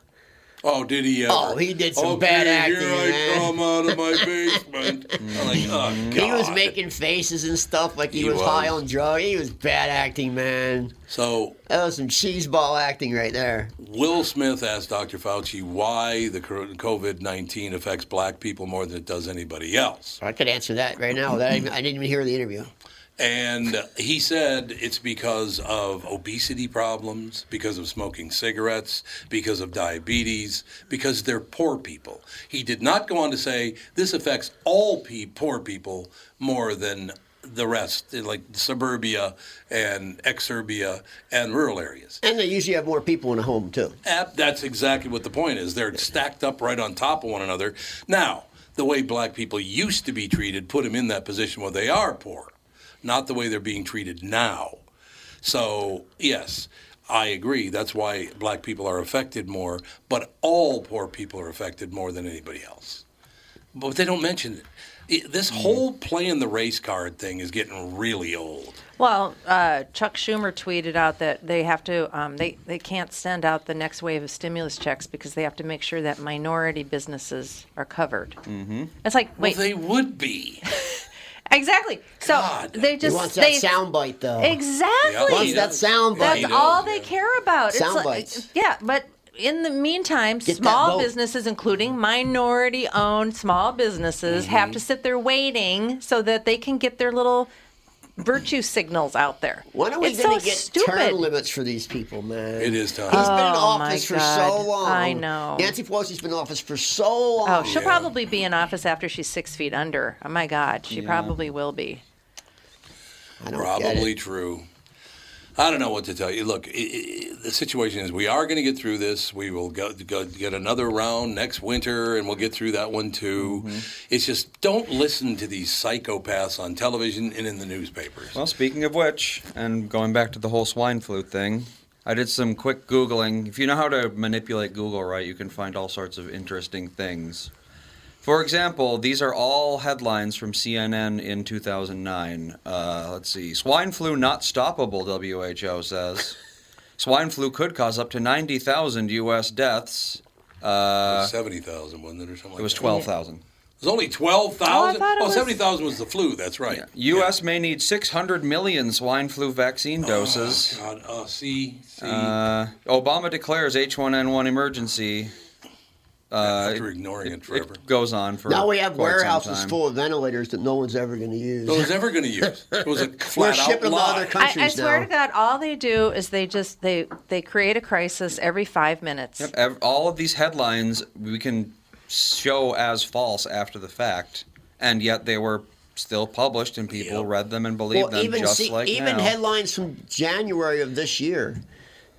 Speaker 1: Oh, did he? Ever?
Speaker 2: Oh, he did some bad acting,
Speaker 1: Here I
Speaker 2: man.
Speaker 1: come out of my basement. I'm like, oh god.
Speaker 2: He was making faces and stuff like he,
Speaker 1: He
Speaker 2: was, high
Speaker 1: was.
Speaker 2: on drugs. He was bad acting, man.
Speaker 1: So
Speaker 2: That was some cheeseball acting right there.
Speaker 1: Will Smith asked Dr. Fauci why the COVID nineteen affects black people more than it does anybody else.
Speaker 2: I could answer that right now. That I, I didn't even hear the interview.
Speaker 1: And he said it's because of obesity problems, because of smoking cigarettes, because of diabetes, because they're poor people. He did not go on to say this affects all pe- poor people more than the rest, like suburbia and exurbia and rural areas.
Speaker 2: And they usually have more people in a home too.
Speaker 1: App, that's exactly what the point is. They're stacked up right on top of one another. Now, the way black people used to be treated put them in that position where they are poor, not the way they're being treated now. So, yes, I agree. That's why black people are affected more, but all poor people are affected more than anybody else. But they don't mention it. it. This whole playing the race card thing is getting really old.
Speaker 3: Well, uh, Chuck Schumer tweeted out that they have to um, they they can't send out the next wave of stimulus checks because they have to make sure that minority businesses are covered. Mm-hmm. It's like wait,
Speaker 1: Well, they would be.
Speaker 3: exactly. So
Speaker 1: God.
Speaker 3: they
Speaker 2: He
Speaker 3: just
Speaker 2: wants
Speaker 3: they
Speaker 2: that soundbite though.
Speaker 1: Yeah, he
Speaker 3: exactly.
Speaker 2: Wants that
Speaker 1: does.
Speaker 2: sound
Speaker 1: Yeah,
Speaker 2: bite.
Speaker 1: he
Speaker 3: That's
Speaker 1: does,
Speaker 3: all they
Speaker 1: yeah.
Speaker 3: care about. It's
Speaker 2: Sound
Speaker 3: like-
Speaker 2: bites.
Speaker 3: Yeah, but in the meantime,
Speaker 2: Get that
Speaker 3: small
Speaker 2: vote.
Speaker 3: businesses, including minority-owned small businesses, have
Speaker 2: Mm-hmm.
Speaker 3: to sit there waiting so that they can get their little virtue signals out there.
Speaker 2: When are we
Speaker 3: it's
Speaker 2: gonna
Speaker 3: so
Speaker 2: get
Speaker 3: stupid.
Speaker 2: term limits for these people, man?
Speaker 1: It is time.
Speaker 2: He's been in
Speaker 3: Oh, my
Speaker 2: office for so
Speaker 3: God.
Speaker 2: long.
Speaker 3: I know.
Speaker 2: Nancy Pelosi's been in office for so long.
Speaker 3: Oh, she'll probably be in office after she's six feet under. Oh my God, she probably will be.
Speaker 2: I don't get it.
Speaker 1: Probably true. I don't know what to tell you. Look, i i the situation is we are going to get through this. We will go, go get another round next winter, and we'll get through that one too. It's just don't listen to these psychopaths on television and in the newspapers.
Speaker 4: Well, speaking of which, and going back to the whole swine flu thing, I did some quick Googling. If you know how to manipulate Google right, you can find all sorts of interesting things. For example, these are all headlines from CNN in 2009. Uh, let's see. Swine flu not stoppable, WHO says. swine flu could cause up to 90,000 U.S. deaths. Uh,
Speaker 1: Seventy thousand, wasn't it, or something?
Speaker 4: it was
Speaker 1: like that?
Speaker 4: 12,000.
Speaker 1: It was only twelve thousand.
Speaker 3: Oh, I thought it was-
Speaker 1: seventy thousand was the flu. That's right.
Speaker 4: U.S. may need 600 million swine flu vaccine doses.
Speaker 1: Oh, God, uh, see, see,
Speaker 4: Uh, Obama declares H1N1 emergency.
Speaker 1: after ignoring it forever.
Speaker 4: It goes on for
Speaker 2: Now we have
Speaker 4: quite some
Speaker 2: warehouses
Speaker 4: time.
Speaker 2: full of ventilators that no one's ever going to use.
Speaker 1: No one's ever going to use. It was a flat out
Speaker 2: shipping them to
Speaker 1: lie.
Speaker 2: other
Speaker 3: I, I
Speaker 2: countries
Speaker 3: swear
Speaker 2: now.
Speaker 3: to God, all they do is they just they they create a crisis every five minutes.
Speaker 4: Ev- All of these headlines we can show as false after the fact, and yet they were still published and people
Speaker 1: Yep.
Speaker 4: read them and believed
Speaker 2: Well,
Speaker 4: them
Speaker 2: even
Speaker 4: just
Speaker 2: see,
Speaker 4: like
Speaker 2: even
Speaker 4: now.
Speaker 2: headlines from January of this year,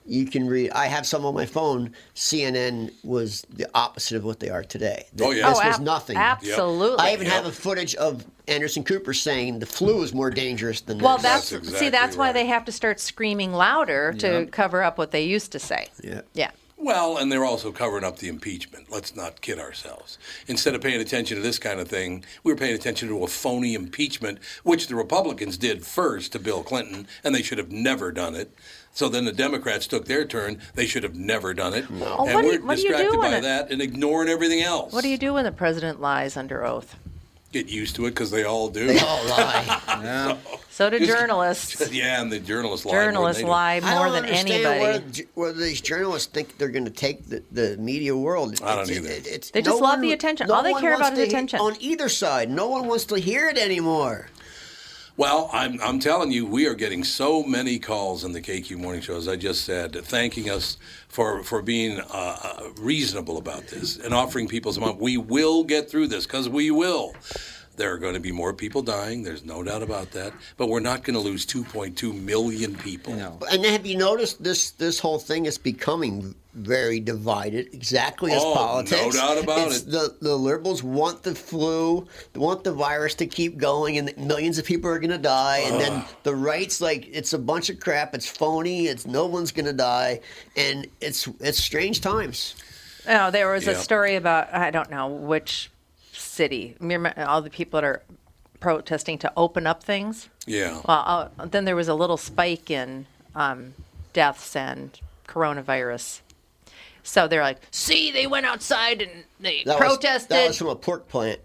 Speaker 2: you can read. I have some on my phone. CNN was the opposite of what they are today. Th-
Speaker 1: Oh, yeah.
Speaker 2: this
Speaker 1: Oh,
Speaker 2: was
Speaker 3: ab-
Speaker 2: nothing.
Speaker 3: Absolutely.
Speaker 2: I even have a footage of Anderson Cooper saying the flu is more dangerous than
Speaker 3: well,
Speaker 2: this.
Speaker 3: that's,
Speaker 1: That's
Speaker 3: see,
Speaker 1: exactly
Speaker 3: that's why
Speaker 1: right.
Speaker 3: they have to start screaming louder to cover up what they used to say.
Speaker 2: Yeah.
Speaker 3: Yeah.
Speaker 1: Well, and they're also covering up the impeachment. Let's not kid ourselves. Instead of paying attention to this kind of thing, we were paying attention to a phony impeachment, which the Republicans did first to Bill Clinton, and they should have never done it. So then the Democrats took their turn. They should have never done it.
Speaker 3: Oh,
Speaker 1: and
Speaker 3: what do
Speaker 1: we're
Speaker 3: you- what do you do
Speaker 1: distracted
Speaker 3: when
Speaker 1: by
Speaker 3: it-
Speaker 1: that and ignoring everything else.
Speaker 3: What do you do when the president lies under oath?
Speaker 1: Get used to it because they all do.
Speaker 2: They all lie.
Speaker 4: Yeah.
Speaker 3: So do journalists.
Speaker 1: yeah, and the journalists lie. more than
Speaker 3: journalists
Speaker 1: they do.
Speaker 3: lie
Speaker 2: I
Speaker 3: more
Speaker 2: don't
Speaker 3: than
Speaker 2: understand
Speaker 3: anybody.
Speaker 2: Where, j- where these journalists think they're going to take the, the media world.
Speaker 1: I don't
Speaker 2: It's-
Speaker 1: either.
Speaker 2: it- it's-
Speaker 3: They just love the attention. All they
Speaker 2: one
Speaker 3: care
Speaker 2: wants
Speaker 3: about is
Speaker 2: to he-
Speaker 3: attention.
Speaker 2: On either side, no one wants to hear it anymore.
Speaker 1: Well, I'm, I'm telling you, we are getting so many calls in the KQ Morning Show, as I just said, thanking us for, for being uh, uh, reasonable about this and offering people some hope. We will get through this because we will. There are going to be more people dying. There's no doubt about that. But we're not going to lose 2.2 million people.
Speaker 4: No.
Speaker 2: And have you noticed this? This whole thing is becoming very divided, exactly as
Speaker 1: Oh, no
Speaker 2: politics.
Speaker 1: doubt about
Speaker 2: It's
Speaker 1: it.
Speaker 2: The the liberals want the flu, they want the virus to keep going, and millions of people are going to die. And then the right's like, it's a bunch of crap. It's phony. It's no one's going to die, and it's it's strange times.
Speaker 3: No, Oh, there was
Speaker 1: Yeah.
Speaker 3: a story about I don't know which city. Remember All the people that are protesting to open up things.
Speaker 1: Yeah.
Speaker 3: Well, uh, then there was a little spike in um, deaths and coronavirus. So they're like, see, they went outside and they
Speaker 2: That was-
Speaker 3: protested.
Speaker 2: that was from a pork plant.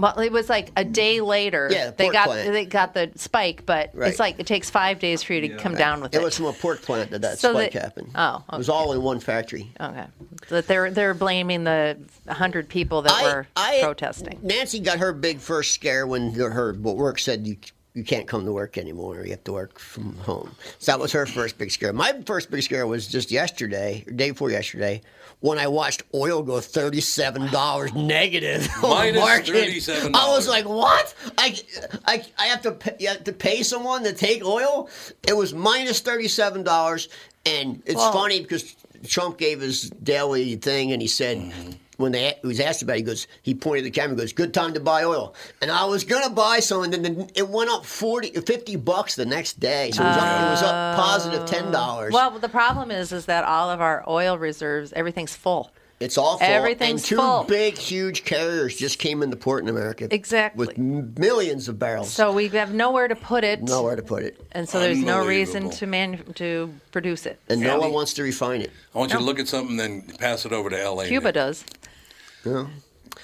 Speaker 3: Well, it was like a day later.
Speaker 2: Yeah, the
Speaker 3: they
Speaker 2: pork
Speaker 3: got
Speaker 2: plant.
Speaker 3: they got the spike, but
Speaker 2: Right.
Speaker 3: it's like it takes five days for you to come down with
Speaker 2: It
Speaker 3: it.
Speaker 2: was from a pork plant that that
Speaker 3: So
Speaker 2: spike
Speaker 3: that-
Speaker 2: happened.
Speaker 3: oh,
Speaker 2: it was all in one factory.
Speaker 3: okay, that they're they're blaming the hundred people that were protesting.
Speaker 2: Nancy got her big first scare when the- her work said you you can't come to work anymore. You have to work from home. So that was her first big scare. My first big scare was just yesterday, or day before yesterday, when I watched oil go thirty seven dollars negative on the
Speaker 1: Minus
Speaker 2: market.
Speaker 1: $37.
Speaker 2: I was like, what? I I I have to pay, you have to pay someone to take oil. It was minus thirty seven dollars, and it's
Speaker 3: Well-
Speaker 2: funny because Trump gave his daily thing, and he said
Speaker 3: Mm-hmm.
Speaker 2: when they he was asked about, it, he goes, he pointed at the camera, and goes, "Good time to buy oil." And I was gonna buy some, and then the- it went up 40, 50 bucks the next day, so it was, up, it was up positive ten dollars.
Speaker 3: Oh. Well, the problem is is that all of our oil reserves, everything's full.
Speaker 2: it's all full.
Speaker 3: everything's
Speaker 2: and two
Speaker 3: full.
Speaker 2: big, huge carriers just came into port in America,
Speaker 3: Exactly.
Speaker 2: with m- millions of barrels.
Speaker 3: So we have nowhere to put it,
Speaker 2: nowhere to put it.
Speaker 3: and so there's no reason
Speaker 1: Unbelievable.
Speaker 3: to man to produce it.
Speaker 2: And
Speaker 3: So
Speaker 2: no one
Speaker 3: we-
Speaker 2: wants to refine it.
Speaker 1: I want you to look at something, then pass it over to L.A.
Speaker 3: Cuba does.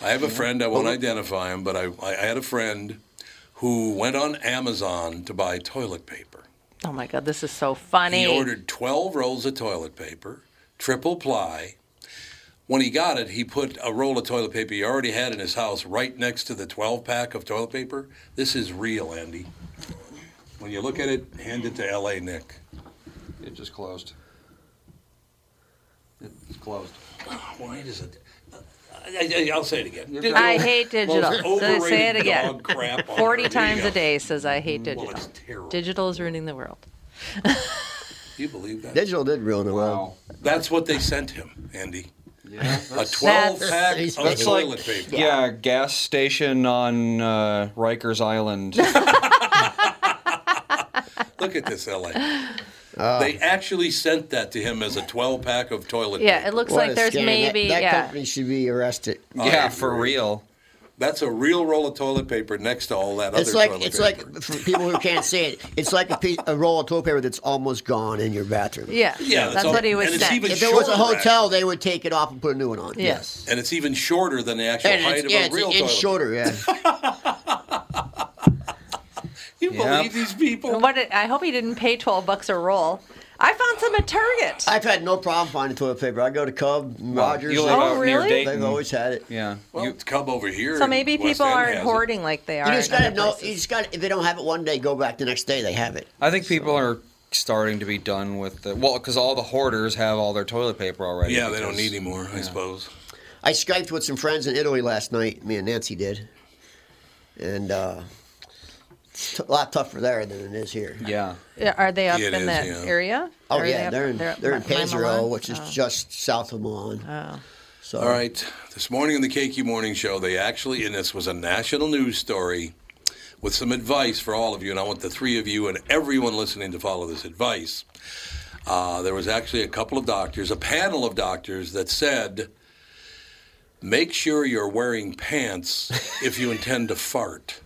Speaker 1: I have a friend. I won't identify him, but I, I had a friend who went on Amazon to buy toilet paper.
Speaker 3: Oh my God, this is so funny.
Speaker 1: He ordered 12 rolls of toilet paper, triple ply. When he got it, he put a roll of toilet paper he already had in his house right next to the 12 pack of toilet paper. This is real, Andy. When you look at it, hand it to LA Nick.
Speaker 4: It just closed. It's closed.
Speaker 1: Why does it? I, will say it again.
Speaker 3: I hate digital.
Speaker 1: Most
Speaker 3: So say it
Speaker 1: overrated
Speaker 3: again.
Speaker 1: dog crap on
Speaker 3: Forty
Speaker 1: earth. There you
Speaker 3: times
Speaker 1: go.
Speaker 3: a day says I hate digital.
Speaker 1: it's terrible.
Speaker 3: Digital is ruining the world.
Speaker 1: Do you believe that?
Speaker 2: Digital did ruin the world.
Speaker 4: Wow.
Speaker 1: That's what they sent him, Andy.
Speaker 4: Yeah.
Speaker 1: A 12 pack
Speaker 2: That's-
Speaker 1: of
Speaker 2: that's
Speaker 1: toilet paper.
Speaker 4: Yeah, gas station on uh, Rikers Island.
Speaker 1: Look at this, LA.
Speaker 2: Ah.
Speaker 1: they actually sent that to him as a 12 pack of toilet
Speaker 3: Yeah,
Speaker 1: paper.
Speaker 3: it looks
Speaker 2: What a
Speaker 3: like there's
Speaker 2: scam. That-
Speaker 3: maybe
Speaker 2: that,
Speaker 3: yeah.
Speaker 2: company should be arrested.
Speaker 4: Oh, yeah, for real.
Speaker 1: That's a real roll of toilet paper next to all that other
Speaker 2: It's like
Speaker 1: toilet
Speaker 2: it's
Speaker 1: paper.
Speaker 2: like for people who can't see it, it's like a, piece, a roll of toilet paper that's almost gone in your bathroom.
Speaker 3: Yeah,
Speaker 1: yeah,
Speaker 3: that's
Speaker 1: all-
Speaker 3: what he was
Speaker 1: and it's
Speaker 3: saying.
Speaker 1: even
Speaker 2: If it was a
Speaker 1: shorter,
Speaker 2: hotel, they would take it off and put a new one on.
Speaker 3: Yes.
Speaker 1: And it's even shorter than the actual
Speaker 2: And
Speaker 1: height
Speaker 2: it's,
Speaker 1: of
Speaker 2: yeah,
Speaker 1: a
Speaker 2: it's,
Speaker 1: real
Speaker 2: it's
Speaker 1: toilet.
Speaker 2: shorter. Yeah.
Speaker 1: You
Speaker 4: Yep.
Speaker 1: believe these people?
Speaker 3: What? It, I hope he didn't pay twelve bucks a roll. I found some at Target.
Speaker 2: I've had no problem finding toilet paper. I go to Cub, Rogers.
Speaker 4: You
Speaker 2: they-
Speaker 4: live out
Speaker 3: Oh,
Speaker 4: near
Speaker 3: really?
Speaker 4: Dayton.
Speaker 2: They've always had it.
Speaker 4: yeah.
Speaker 1: Well,
Speaker 4: you,
Speaker 1: it's come over here.
Speaker 3: so
Speaker 1: and
Speaker 3: maybe
Speaker 1: West
Speaker 3: people
Speaker 1: End
Speaker 3: aren't
Speaker 1: has it.
Speaker 3: hoarding like they are.
Speaker 2: You just
Speaker 3: in
Speaker 2: gotta
Speaker 3: other
Speaker 2: know.
Speaker 3: places.
Speaker 2: You just gotta. If they don't have it one day, go back the next day. They have it.
Speaker 4: I think people are starting to be done with the well because all the hoarders have all their toilet paper already.
Speaker 1: Yeah, they don't
Speaker 4: because-
Speaker 1: need any more, I suppose.
Speaker 2: I skyped with some friends in Italy last night. Me and Nancy did, and uh, it's a lot tougher there than it is here.
Speaker 4: Yeah,
Speaker 3: Yeah, Are they up
Speaker 1: It
Speaker 3: in
Speaker 1: is,
Speaker 3: that
Speaker 1: yeah.
Speaker 3: area?
Speaker 2: Oh
Speaker 3: Are
Speaker 2: yeah,
Speaker 3: up-
Speaker 2: they're in they're,
Speaker 3: up
Speaker 2: in
Speaker 3: Mi- Milan?
Speaker 2: Pesaro, which is
Speaker 3: Oh.
Speaker 2: just south of Milan. Oh. So
Speaker 1: All right. This morning on the KQ Morning Show, they actually, and this was a national news story with some advice for all of you, and I want the three of you and everyone listening to follow this advice. Uh, there was actually a couple of doctors, a panel of doctors that said, make sure you're wearing pants if you intend to fart.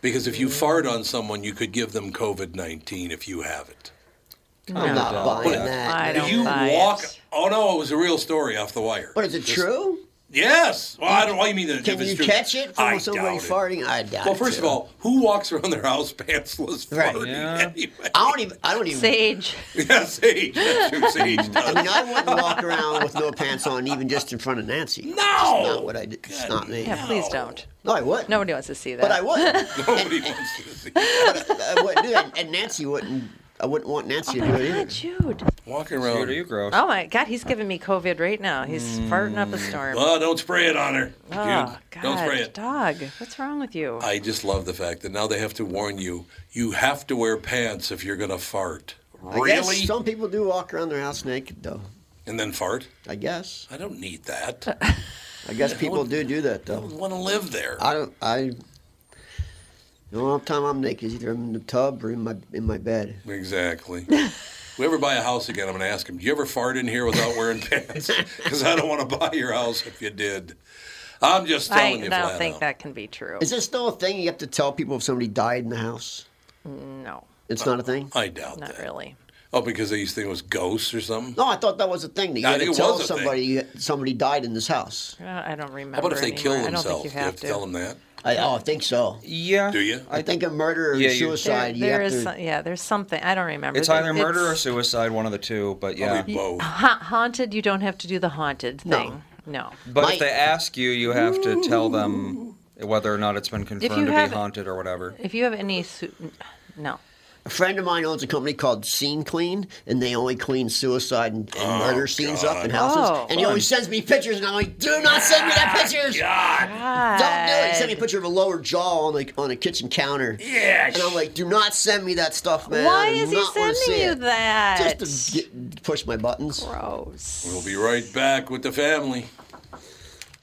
Speaker 1: because if you fart on someone, you could give them COVID 19 if you have it.
Speaker 2: I'm not buying that.
Speaker 3: I don't
Speaker 1: you
Speaker 3: buy
Speaker 1: walk.
Speaker 3: it.
Speaker 1: Oh, no, it was a real story off the wire.
Speaker 2: But is it true?
Speaker 1: Yes. Well, I don't. Why you mean that?
Speaker 2: Can
Speaker 1: if it's
Speaker 2: you
Speaker 1: true?
Speaker 2: catch it from
Speaker 1: I
Speaker 2: somebody
Speaker 1: doubt it.
Speaker 2: farting? I doubt
Speaker 1: Well,
Speaker 2: it,
Speaker 1: first of
Speaker 2: too.
Speaker 1: all, who walks around their house pantsless
Speaker 2: Right.
Speaker 1: farting
Speaker 4: Yeah.
Speaker 1: anyway?
Speaker 2: I don't even. I don't even.
Speaker 3: Sage.
Speaker 1: yeah, Sage. That's true. Sage
Speaker 2: I
Speaker 1: does.
Speaker 2: mean, I wouldn't walk around with no pants on, even just in front of Nancy. No, not what I did. It's not me.
Speaker 3: Yeah, please don't.
Speaker 2: No, I would.
Speaker 3: Nobody wants to see that.
Speaker 2: but I would.
Speaker 1: Nobody wants to see. that.
Speaker 2: I wouldn't do that. And Nancy wouldn't. I wouldn't want Nancy to do it
Speaker 3: God,
Speaker 2: either.
Speaker 3: Ah, Jude.
Speaker 1: Walking
Speaker 4: dude, are you
Speaker 1: around.
Speaker 4: gross?
Speaker 3: Oh my God, he's giving me COVID right now. He's
Speaker 1: Mm,
Speaker 3: farting up a storm.
Speaker 1: Oh, don't spray it on her.
Speaker 3: Oh,
Speaker 1: Dude,
Speaker 3: God,
Speaker 1: don't spray it.
Speaker 3: dog, what's wrong with you?
Speaker 1: I just love the fact that now they have to warn you. You have to wear pants if you're gonna fart.
Speaker 2: I guess
Speaker 1: Really?
Speaker 2: some people do walk around their house naked, though.
Speaker 1: And then fart?
Speaker 2: I guess.
Speaker 1: I don't need that. I
Speaker 2: I guess people do do that, though.
Speaker 1: want to live there.
Speaker 2: I don't. I. The only time I'm naked is either in the tub or in my in my bed.
Speaker 1: Exactly. we ever buy a house again, I'm going to ask him, do you ever fart in here without wearing pants? Because I don't want to buy your house if you did. I'm just
Speaker 3: I
Speaker 1: telling you
Speaker 3: don't
Speaker 1: flat
Speaker 3: think
Speaker 1: out.
Speaker 3: that can be true.
Speaker 2: Is this still a thing? You have to tell people if somebody died in the house.
Speaker 3: No,
Speaker 2: It's not a thing.
Speaker 1: I doubt
Speaker 3: not
Speaker 1: that.
Speaker 3: really.
Speaker 1: Oh, because they used to think it was ghosts or something.
Speaker 2: No, I thought that was a thing that you
Speaker 1: I
Speaker 2: had to
Speaker 1: think it
Speaker 2: tell
Speaker 1: was a thing.
Speaker 2: somebody you, somebody died in this house.
Speaker 3: Uh, I don't remember.
Speaker 1: How about if they kill
Speaker 3: anymore.
Speaker 1: themselves?
Speaker 3: I don't think you
Speaker 1: Do
Speaker 3: have
Speaker 1: to tell them that.
Speaker 2: I, oh, I think so.
Speaker 4: Yeah.
Speaker 1: Do you?
Speaker 2: I think a murder or
Speaker 4: Yeah, you-
Speaker 3: There,
Speaker 2: suicide. you
Speaker 3: there
Speaker 2: have
Speaker 3: is,
Speaker 2: to-
Speaker 3: some, yeah, there's something. I don't remember.
Speaker 4: It's
Speaker 3: There-
Speaker 4: either murder or
Speaker 3: it's-
Speaker 4: suicide, one of the two. But yeah.
Speaker 1: Probably both.
Speaker 3: Ha- haunted, you don't have to do the haunted
Speaker 2: No.
Speaker 3: thing. No.
Speaker 4: But
Speaker 2: Mike-
Speaker 4: if they ask you, you have to tell them whether or not it's been confirmed to
Speaker 3: have-
Speaker 4: be haunted or whatever.
Speaker 3: If you have any, su- no.
Speaker 2: A friend of mine owns a company called Scene Clean, and they only clean suicide and, and murder scenes up in houses.
Speaker 3: Oh.
Speaker 2: and he always sends me pictures, and I'm like, "Do not send me that pictures! Don't do it!" He sent me a picture of a lower jaw on like on a kitchen counter. Yeah. And I'm like, "Do not send me that stuff, man."
Speaker 3: Why
Speaker 2: I do
Speaker 3: is he
Speaker 2: not wanna see
Speaker 3: sending you
Speaker 2: it."
Speaker 3: that?
Speaker 2: Just to get, push my buttons.
Speaker 3: Gross.
Speaker 1: We'll be right back with the family.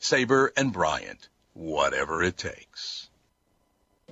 Speaker 1: Sabre and Bryant, whatever it takes.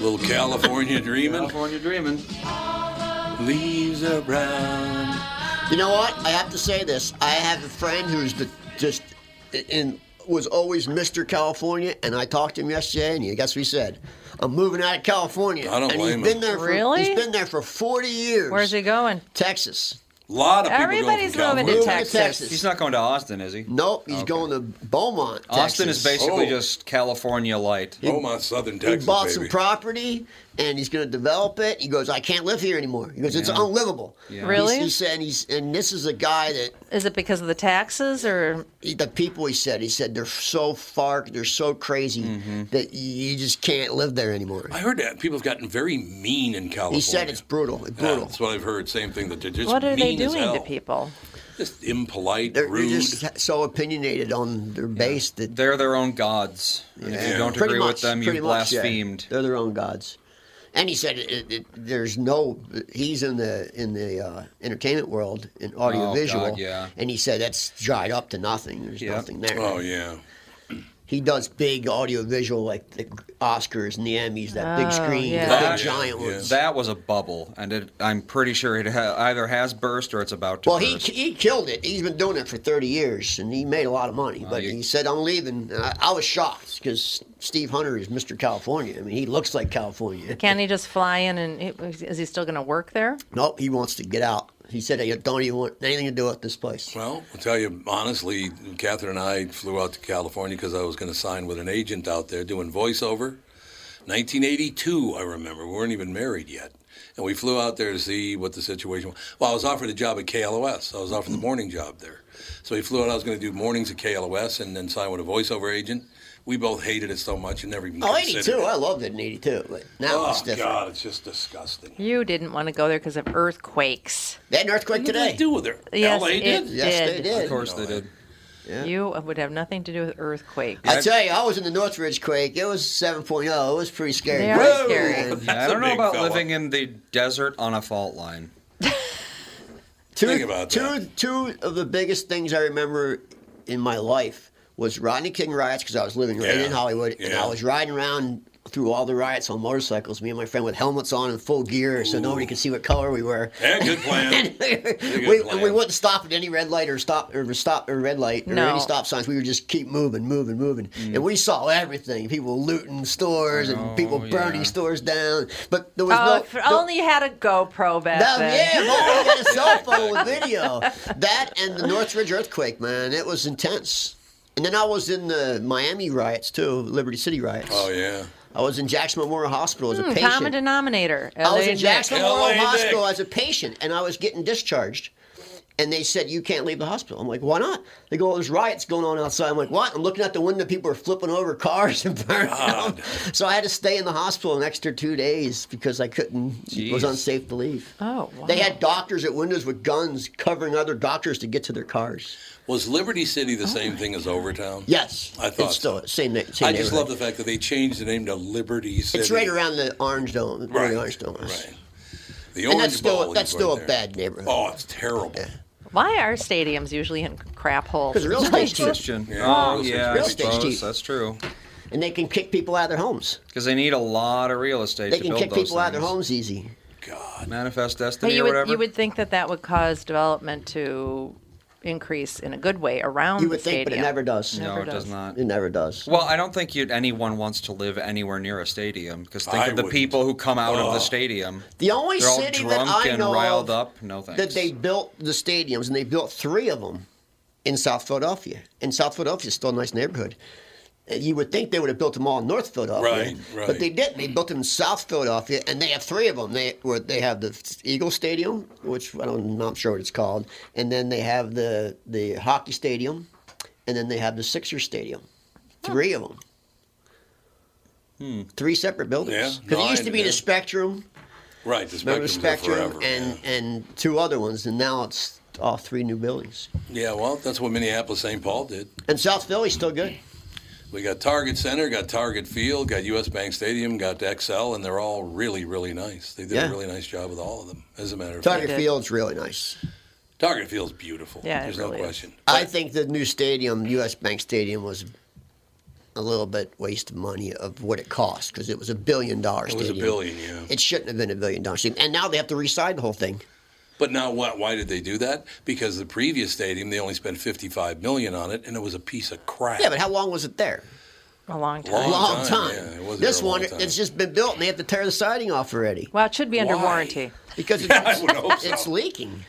Speaker 1: Little California dreaming.
Speaker 4: California dreaming.
Speaker 1: Leaves are brown.
Speaker 2: You know what? I have to say this. I have a friend who's the, just in was always Mr. California, and I talked to him yesterday, and you guess what he said? I'm moving out of California.
Speaker 1: I don't
Speaker 2: and
Speaker 1: blame
Speaker 2: he's been
Speaker 1: him.
Speaker 2: there for,
Speaker 3: Really?
Speaker 2: He's been there for 40 years.
Speaker 3: Where's he going?
Speaker 2: Texas.
Speaker 1: A lot of people
Speaker 3: Everybody's
Speaker 1: go from California.
Speaker 3: moving to
Speaker 2: Moving
Speaker 3: Texas.
Speaker 2: to Texas.
Speaker 4: He's not going to Austin, is he?
Speaker 2: Nope, he's going to Beaumont.
Speaker 4: Austin is
Speaker 2: Texas.
Speaker 4: basically
Speaker 1: Oh.
Speaker 4: just California light.
Speaker 1: Oh, my southern
Speaker 2: He
Speaker 1: Texas,
Speaker 2: bought
Speaker 1: baby.
Speaker 2: some property and he's going to develop it. He goes, I can't live here anymore. He goes, it's unlivable.
Speaker 3: Really?
Speaker 2: He's, he said, he's and this is a guy that
Speaker 3: Is it because of the taxes or
Speaker 2: he- the people he said he said they're so far they're so crazy that you just can't live there anymore
Speaker 1: I heard that people have gotten very mean in California.
Speaker 2: he said it's brutal it's
Speaker 1: Yeah,
Speaker 2: brutal
Speaker 1: that's what I've heard. Same thing that they're just
Speaker 3: what are they
Speaker 1: mean as
Speaker 3: doing to
Speaker 1: hell.
Speaker 3: people?
Speaker 1: Just impolite,
Speaker 2: they're, they're
Speaker 1: rude.
Speaker 2: just so opinionated on their base that
Speaker 4: They're their own gods. And if
Speaker 1: Yeah.
Speaker 4: you don't
Speaker 2: pretty
Speaker 4: agree
Speaker 2: much,
Speaker 4: with them,
Speaker 2: pretty
Speaker 4: you
Speaker 2: much, yeah.
Speaker 4: blasphemed.
Speaker 2: they're their own gods and he said it, it, it, there's no he's in the in the uh, entertainment world in audiovisual
Speaker 4: God, yeah.
Speaker 2: and he said that's dried up to nothing there's
Speaker 4: Yeah.
Speaker 2: nothing there
Speaker 1: Oh, yeah.
Speaker 2: he does big audiovisual like the oscars and the emmys that big
Speaker 3: Oh,
Speaker 2: screen
Speaker 3: yeah.
Speaker 2: the big
Speaker 1: Oh, yeah,
Speaker 2: giant
Speaker 1: yeah.
Speaker 2: ones
Speaker 4: That was a bubble, and it, I'm pretty sure it ha- either has burst or it's about to
Speaker 2: Well, he,
Speaker 4: burst.
Speaker 2: he killed it. He's been doing it for 30 years, and he made a lot of money.
Speaker 1: Oh,
Speaker 2: but
Speaker 4: you-
Speaker 2: he said, I'm leaving. And I, I was shocked because Steve Hunter is Mr. California. I mean, he looks like California.
Speaker 3: Can he just fly in and it, is he still going to work there?
Speaker 2: Nope, he wants to get out. He said, I don't even want anything to do with this place.
Speaker 1: Well, I'll tell you honestly, Catherine and I flew out to California because I was going to sign with an agent out there doing voiceover. 1982, I remember. We weren't even married yet. And we flew out there to see what the situation was. Well, I was offered a job at KLOS. I was offered the morning job there. So we flew out. I was going to do mornings at KLOS and then sign with a voiceover agent. We both hated it so much and never even
Speaker 2: Oh,
Speaker 1: considered
Speaker 2: 82.
Speaker 1: it.
Speaker 2: I loved it in 82. But now
Speaker 1: Oh,
Speaker 2: it's different.
Speaker 1: God, it's just disgusting.
Speaker 3: You didn't want to go there because of earthquakes.
Speaker 2: They had an earthquake
Speaker 1: What did they
Speaker 2: today.
Speaker 1: do with her?
Speaker 3: Yes,
Speaker 1: LA
Speaker 3: it-
Speaker 1: did.
Speaker 2: Yes, they
Speaker 3: Did.
Speaker 2: did.
Speaker 4: of course they did.
Speaker 3: You would have nothing to do with earthquakes.
Speaker 2: I tell you, I was in the Northridge quake. It was 7.0. It was pretty scary.
Speaker 3: They are
Speaker 2: Whoa!
Speaker 3: scary.
Speaker 2: And
Speaker 4: Yeah, I
Speaker 1: a
Speaker 4: don't know
Speaker 1: big
Speaker 4: about
Speaker 1: fella.
Speaker 4: living in the desert on a fault line.
Speaker 2: Two,
Speaker 1: Think about
Speaker 2: two,
Speaker 1: that.
Speaker 2: two of the biggest things I remember in my life was Rodney King riots because I was living right
Speaker 1: Yeah.
Speaker 2: in Hollywood and
Speaker 1: Yeah.
Speaker 2: I was riding around through all the riots on motorcycles. Me and my friend with helmets on and full gear, so nobody could see what color we were.
Speaker 1: Yeah, good plan.
Speaker 2: we,
Speaker 1: plan.
Speaker 2: we wouldn't stop at any red light or stop or stop or red light or
Speaker 3: No.
Speaker 2: any stop signs. We would just keep moving, moving, moving,
Speaker 1: Mm.
Speaker 2: and we saw everything: people looting stores and people
Speaker 4: Oh,
Speaker 2: burning
Speaker 4: yeah.
Speaker 2: stores down. But there was
Speaker 3: Oh,
Speaker 2: no,
Speaker 3: if
Speaker 2: no-
Speaker 3: only you had a GoPro back
Speaker 2: that,
Speaker 3: then.
Speaker 2: yeah, well, we had a cell phone with video. That and the Northridge earthquake, man, it was intense. And then I was in the Miami riots too, Liberty City riots.
Speaker 1: oh, yeah.
Speaker 2: I was in Jackson Memorial Hospital as a
Speaker 3: Hmm,
Speaker 2: patient.
Speaker 3: common denominator.
Speaker 2: I was
Speaker 3: LA
Speaker 2: in Jackson
Speaker 1: Nick.
Speaker 2: Memorial
Speaker 1: LA Nick.
Speaker 2: Hospital as a patient, and I was getting discharged. And they said you can't leave the hospital. I'm like, why not? They go, there's riots going on outside. I'm like, what? I'm looking out the window. People are flipping over cars and burning out. So I had to stay in the hospital an extra two days because I couldn't. It was
Speaker 4: Jeez.
Speaker 2: unsafe to leave.
Speaker 3: Oh, wow.
Speaker 2: They had doctors at windows with guns covering other doctors to get to their cars.
Speaker 1: Was Liberty City
Speaker 2: Oh,
Speaker 1: the same thing as Overtown?
Speaker 2: Yes,
Speaker 1: I thought
Speaker 2: it's still
Speaker 1: so.
Speaker 2: same. na- same
Speaker 1: I just
Speaker 2: neighborhood.
Speaker 1: love the fact that they changed the name to Liberty City.
Speaker 2: It's right around the Orange Dome. where
Speaker 1: Right.
Speaker 2: the Orange Dome is.
Speaker 1: Right. The
Speaker 2: And
Speaker 1: Orange
Speaker 2: that's
Speaker 1: Bowl
Speaker 2: still
Speaker 1: is
Speaker 2: that's
Speaker 1: right
Speaker 2: still a
Speaker 1: there.
Speaker 2: bad neighborhood.
Speaker 1: Oh, it's terrible.
Speaker 3: Why are stadiums usually in crap holes?
Speaker 2: Because real estate's cheap,
Speaker 4: Christian.
Speaker 1: Yeah.
Speaker 4: Oh,
Speaker 1: Real
Speaker 4: yeah, I
Speaker 2: estate's cheap.
Speaker 4: suppose that's true.
Speaker 2: and they can kick people out of their homes.
Speaker 4: Because they need a lot of real estate
Speaker 2: They
Speaker 4: to
Speaker 2: can
Speaker 4: build
Speaker 2: kick people
Speaker 4: those
Speaker 2: out of their
Speaker 4: things.
Speaker 2: homes easy.
Speaker 1: God.
Speaker 4: Manifest
Speaker 3: But
Speaker 4: destiny
Speaker 3: you
Speaker 4: or
Speaker 3: would
Speaker 4: whatever.
Speaker 3: you would think that that would cause development to increase in a good way around
Speaker 2: You
Speaker 3: the
Speaker 2: would think,
Speaker 3: stadium.
Speaker 2: but it never does.
Speaker 4: no,
Speaker 3: never
Speaker 4: it does
Speaker 3: does.
Speaker 4: not.
Speaker 2: It never does.
Speaker 4: Well, I don't think you'd, anyone wants to live anywhere near a stadium because think
Speaker 1: I
Speaker 4: of the
Speaker 1: wouldn't. Oh.
Speaker 4: people who come out of the stadium.
Speaker 2: The only
Speaker 4: They're all
Speaker 2: city
Speaker 4: drunk
Speaker 2: that I
Speaker 4: and
Speaker 2: know
Speaker 4: riled
Speaker 2: of
Speaker 4: up. No thanks.
Speaker 2: that they built the stadiums, and they built three of them in South Philadelphia. And South Philadelphia is still a nice neighborhood. Uh, You would think they would have built them all in North Philadelphia,
Speaker 1: Right, right.
Speaker 2: but they didn't. They built them in South Philadelphia, and they have three of them. They where they have the Eagle Stadium, which I don't, I'm not sure what it's called, and then they have the the hockey stadium, and then they have the Sixers Stadium. Three of them. Three separate buildings.
Speaker 1: Hmm. Yeah,
Speaker 2: Because
Speaker 1: no,
Speaker 2: it used
Speaker 1: I-
Speaker 2: to be
Speaker 1: yeah.
Speaker 2: the Spectrum,
Speaker 1: Right. The
Speaker 2: Remember
Speaker 1: Spectrum's there
Speaker 2: Spectrum
Speaker 1: forever.
Speaker 2: and, and two other ones, and now it's all three new buildings.
Speaker 1: yeah, well, that's what Minneapolis St. Paul did.
Speaker 2: And South Philly's still good.
Speaker 1: We got Target Center, got Target Field, got U.S. Bank Stadium, got XL, and they're all really, really nice. They did a
Speaker 2: Yeah.
Speaker 1: really nice job with all of them, as a matter of
Speaker 2: Target
Speaker 1: fact.
Speaker 3: did.
Speaker 2: Field's really nice.
Speaker 1: Target Field's beautiful.
Speaker 3: Yeah, it
Speaker 1: There's
Speaker 3: really
Speaker 1: no
Speaker 3: is.
Speaker 1: question.
Speaker 2: I think the new stadium, U.S. Bank Stadium, was a little bit waste of money of what it cost because it was a billion dollar
Speaker 1: It was
Speaker 2: stadium.
Speaker 1: a billion, yeah.
Speaker 2: It shouldn't have been a billion dollar stadium. And now they have to reside the whole thing.
Speaker 1: But now, why, why did they do that? Because the previous stadium, they only spent fifty-five million on it, and it was a piece of crap.
Speaker 2: Yeah, but how long was it there?
Speaker 3: a long time.
Speaker 1: Long
Speaker 2: long
Speaker 1: time,
Speaker 2: time.
Speaker 1: yeah, it was
Speaker 2: this
Speaker 1: there a long
Speaker 2: one,
Speaker 1: time.
Speaker 2: it's just been built and they have to tear the siding off already
Speaker 3: Well, it should be under
Speaker 1: Why?
Speaker 3: warranty.
Speaker 2: because it's,
Speaker 1: I would hope so.
Speaker 2: it's leaking.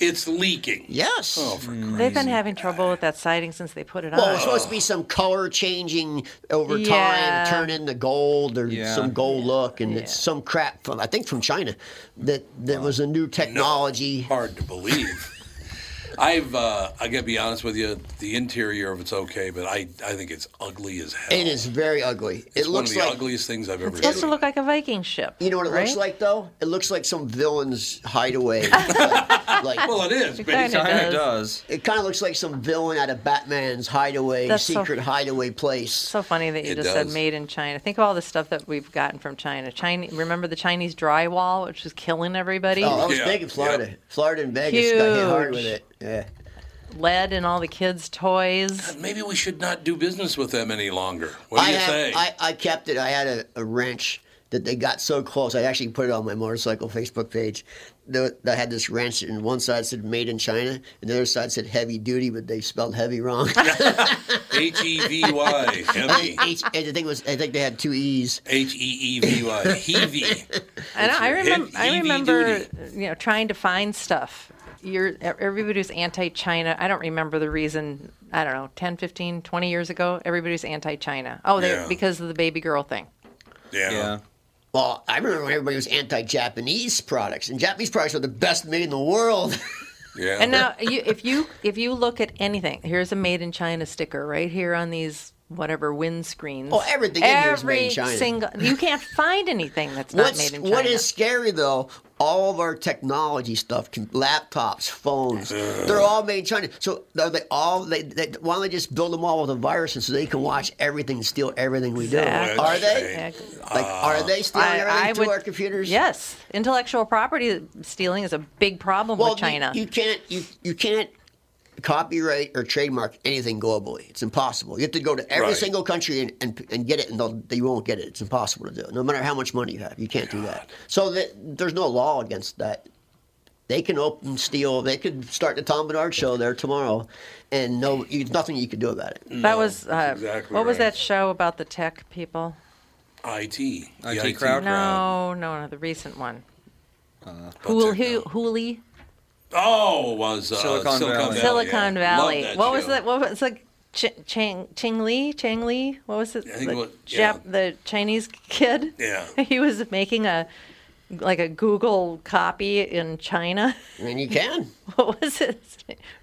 Speaker 1: it's leaking.
Speaker 2: Yes.
Speaker 1: Oh, for cr-
Speaker 3: Mm. They've been having trouble with that siding since they put it on.
Speaker 2: Well, it's supposed to be some color changing over
Speaker 3: Oh. Yeah.
Speaker 2: time, turn into gold or
Speaker 4: Yeah.
Speaker 2: some gold look, and it's
Speaker 3: Yeah.
Speaker 2: some crap from I think from China that that was a new technology.
Speaker 1: hard to believe. I've uh, I gotta be honest with you. The interior of it's okay, but I I think it's ugly as hell.
Speaker 2: It is very ugly.
Speaker 1: It's
Speaker 2: it
Speaker 1: one of
Speaker 2: looks
Speaker 1: the
Speaker 2: like
Speaker 1: ugliest things I've ever
Speaker 3: It's supposed to
Speaker 1: seen.
Speaker 3: look like a Viking ship.
Speaker 2: you know what it
Speaker 3: right?
Speaker 2: looks like though. It looks like some villain's hideaway. like,
Speaker 1: well, it is.
Speaker 3: It
Speaker 1: but it's-
Speaker 3: kinda does.
Speaker 4: Kinda does.
Speaker 2: it kind of looks like some villain out of Batman's hideaway,
Speaker 3: That's so-
Speaker 2: secret hideaway place.
Speaker 3: So funny that you
Speaker 1: It
Speaker 3: just
Speaker 1: does.
Speaker 3: said made in China. Think of all the stuff that we've gotten from China. China, remember the Chinese drywall, which was killing everybody.
Speaker 2: Oh, that was
Speaker 1: Yeah,
Speaker 2: big in Florida.
Speaker 1: yeah.
Speaker 2: Florida and Vegas got hit hard with
Speaker 3: Huge.
Speaker 2: it. Yeah.
Speaker 3: Lead in all the kids' toys.
Speaker 1: Maybe we should not do business with them any longer. What do
Speaker 2: I
Speaker 1: you
Speaker 2: have,
Speaker 1: say?
Speaker 2: I, I kept it. I had a, a wrench that they got so close. I actually put it on my motorcycle Facebook page. The, I had this wrench, and one side said "Made in China," and the other side said "Heavy Duty," but they spelled "heavy" wrong.
Speaker 1: H e v y m e
Speaker 2: H, and the thing was, I think they had two E's.
Speaker 1: h e e v y heavy.
Speaker 3: And I
Speaker 1: Hit
Speaker 3: remember, I
Speaker 1: heavy
Speaker 3: remember,
Speaker 1: duty.
Speaker 3: you know, trying to find stuff. You're, everybody was anti-China. I don't remember the reason. I don't know, 10, 15, 20 years ago, everybody was anti-China. Oh, they,
Speaker 1: Yeah.
Speaker 3: because of the baby girl thing.
Speaker 1: Yeah.
Speaker 4: Yeah.
Speaker 2: Well, I remember when everybody was anti-Japanese products, and Japanese products are the best made in the world.
Speaker 1: Yeah.
Speaker 3: And now, you, if you if you look at anything, here's a made in China sticker right here on these whatever windscreens.
Speaker 2: Oh, everything in here is made in
Speaker 3: Every
Speaker 2: China.
Speaker 3: Single, you can't find anything that's not
Speaker 2: What's,
Speaker 3: made in China.
Speaker 2: what is scary though? All of our technology stuff, can, laptops, phones, they're all made in China. So are they all? They, they, why don't they just build them all with a virus, and so they can watch everything, steal everything we do?
Speaker 3: Exactly.
Speaker 2: Are they?
Speaker 3: Exactly.
Speaker 2: Like, are they stealing
Speaker 3: I-
Speaker 2: everything
Speaker 3: I
Speaker 2: to
Speaker 3: would-
Speaker 2: our computers?
Speaker 3: Yes, intellectual property stealing is a big problem
Speaker 2: Well,
Speaker 3: with China.
Speaker 2: You, you can't. You you can't copyright or trademark anything globally. It's impossible. You have to go to every
Speaker 1: Right.
Speaker 2: single country and, and, and get it, and they'll- they won't get it. It's impossible to do. No matter how much money you have, you can't do that. So that, there's no law against that. They can open steal. They could start the Tom Bernard show there tomorrow, and no, you, nothing you can do about it.
Speaker 3: that was uh,
Speaker 1: that's exactly
Speaker 3: what was
Speaker 1: right.
Speaker 3: that show about the tech people?
Speaker 1: IT. The
Speaker 4: IT crowd?
Speaker 3: No, no, no, the recent one.
Speaker 1: About
Speaker 3: Hool,
Speaker 1: technology.
Speaker 3: Hool, Hooli,
Speaker 1: Oh, was uh,
Speaker 4: Silicon
Speaker 1: Silicon Valley.
Speaker 4: Valley.
Speaker 3: Silicon
Speaker 1: yeah.
Speaker 3: Valley.
Speaker 1: Love that
Speaker 3: What was
Speaker 1: show.
Speaker 3: that? What was the Ch- Chang Ching Li Chang Li. What was it?
Speaker 1: I think it
Speaker 3: the,
Speaker 1: was-
Speaker 3: Jap-
Speaker 1: yeah.
Speaker 3: the Chinese kid.
Speaker 1: Yeah.
Speaker 3: he was making a like a Google copy in China.
Speaker 2: I mean, you can.
Speaker 3: What was it?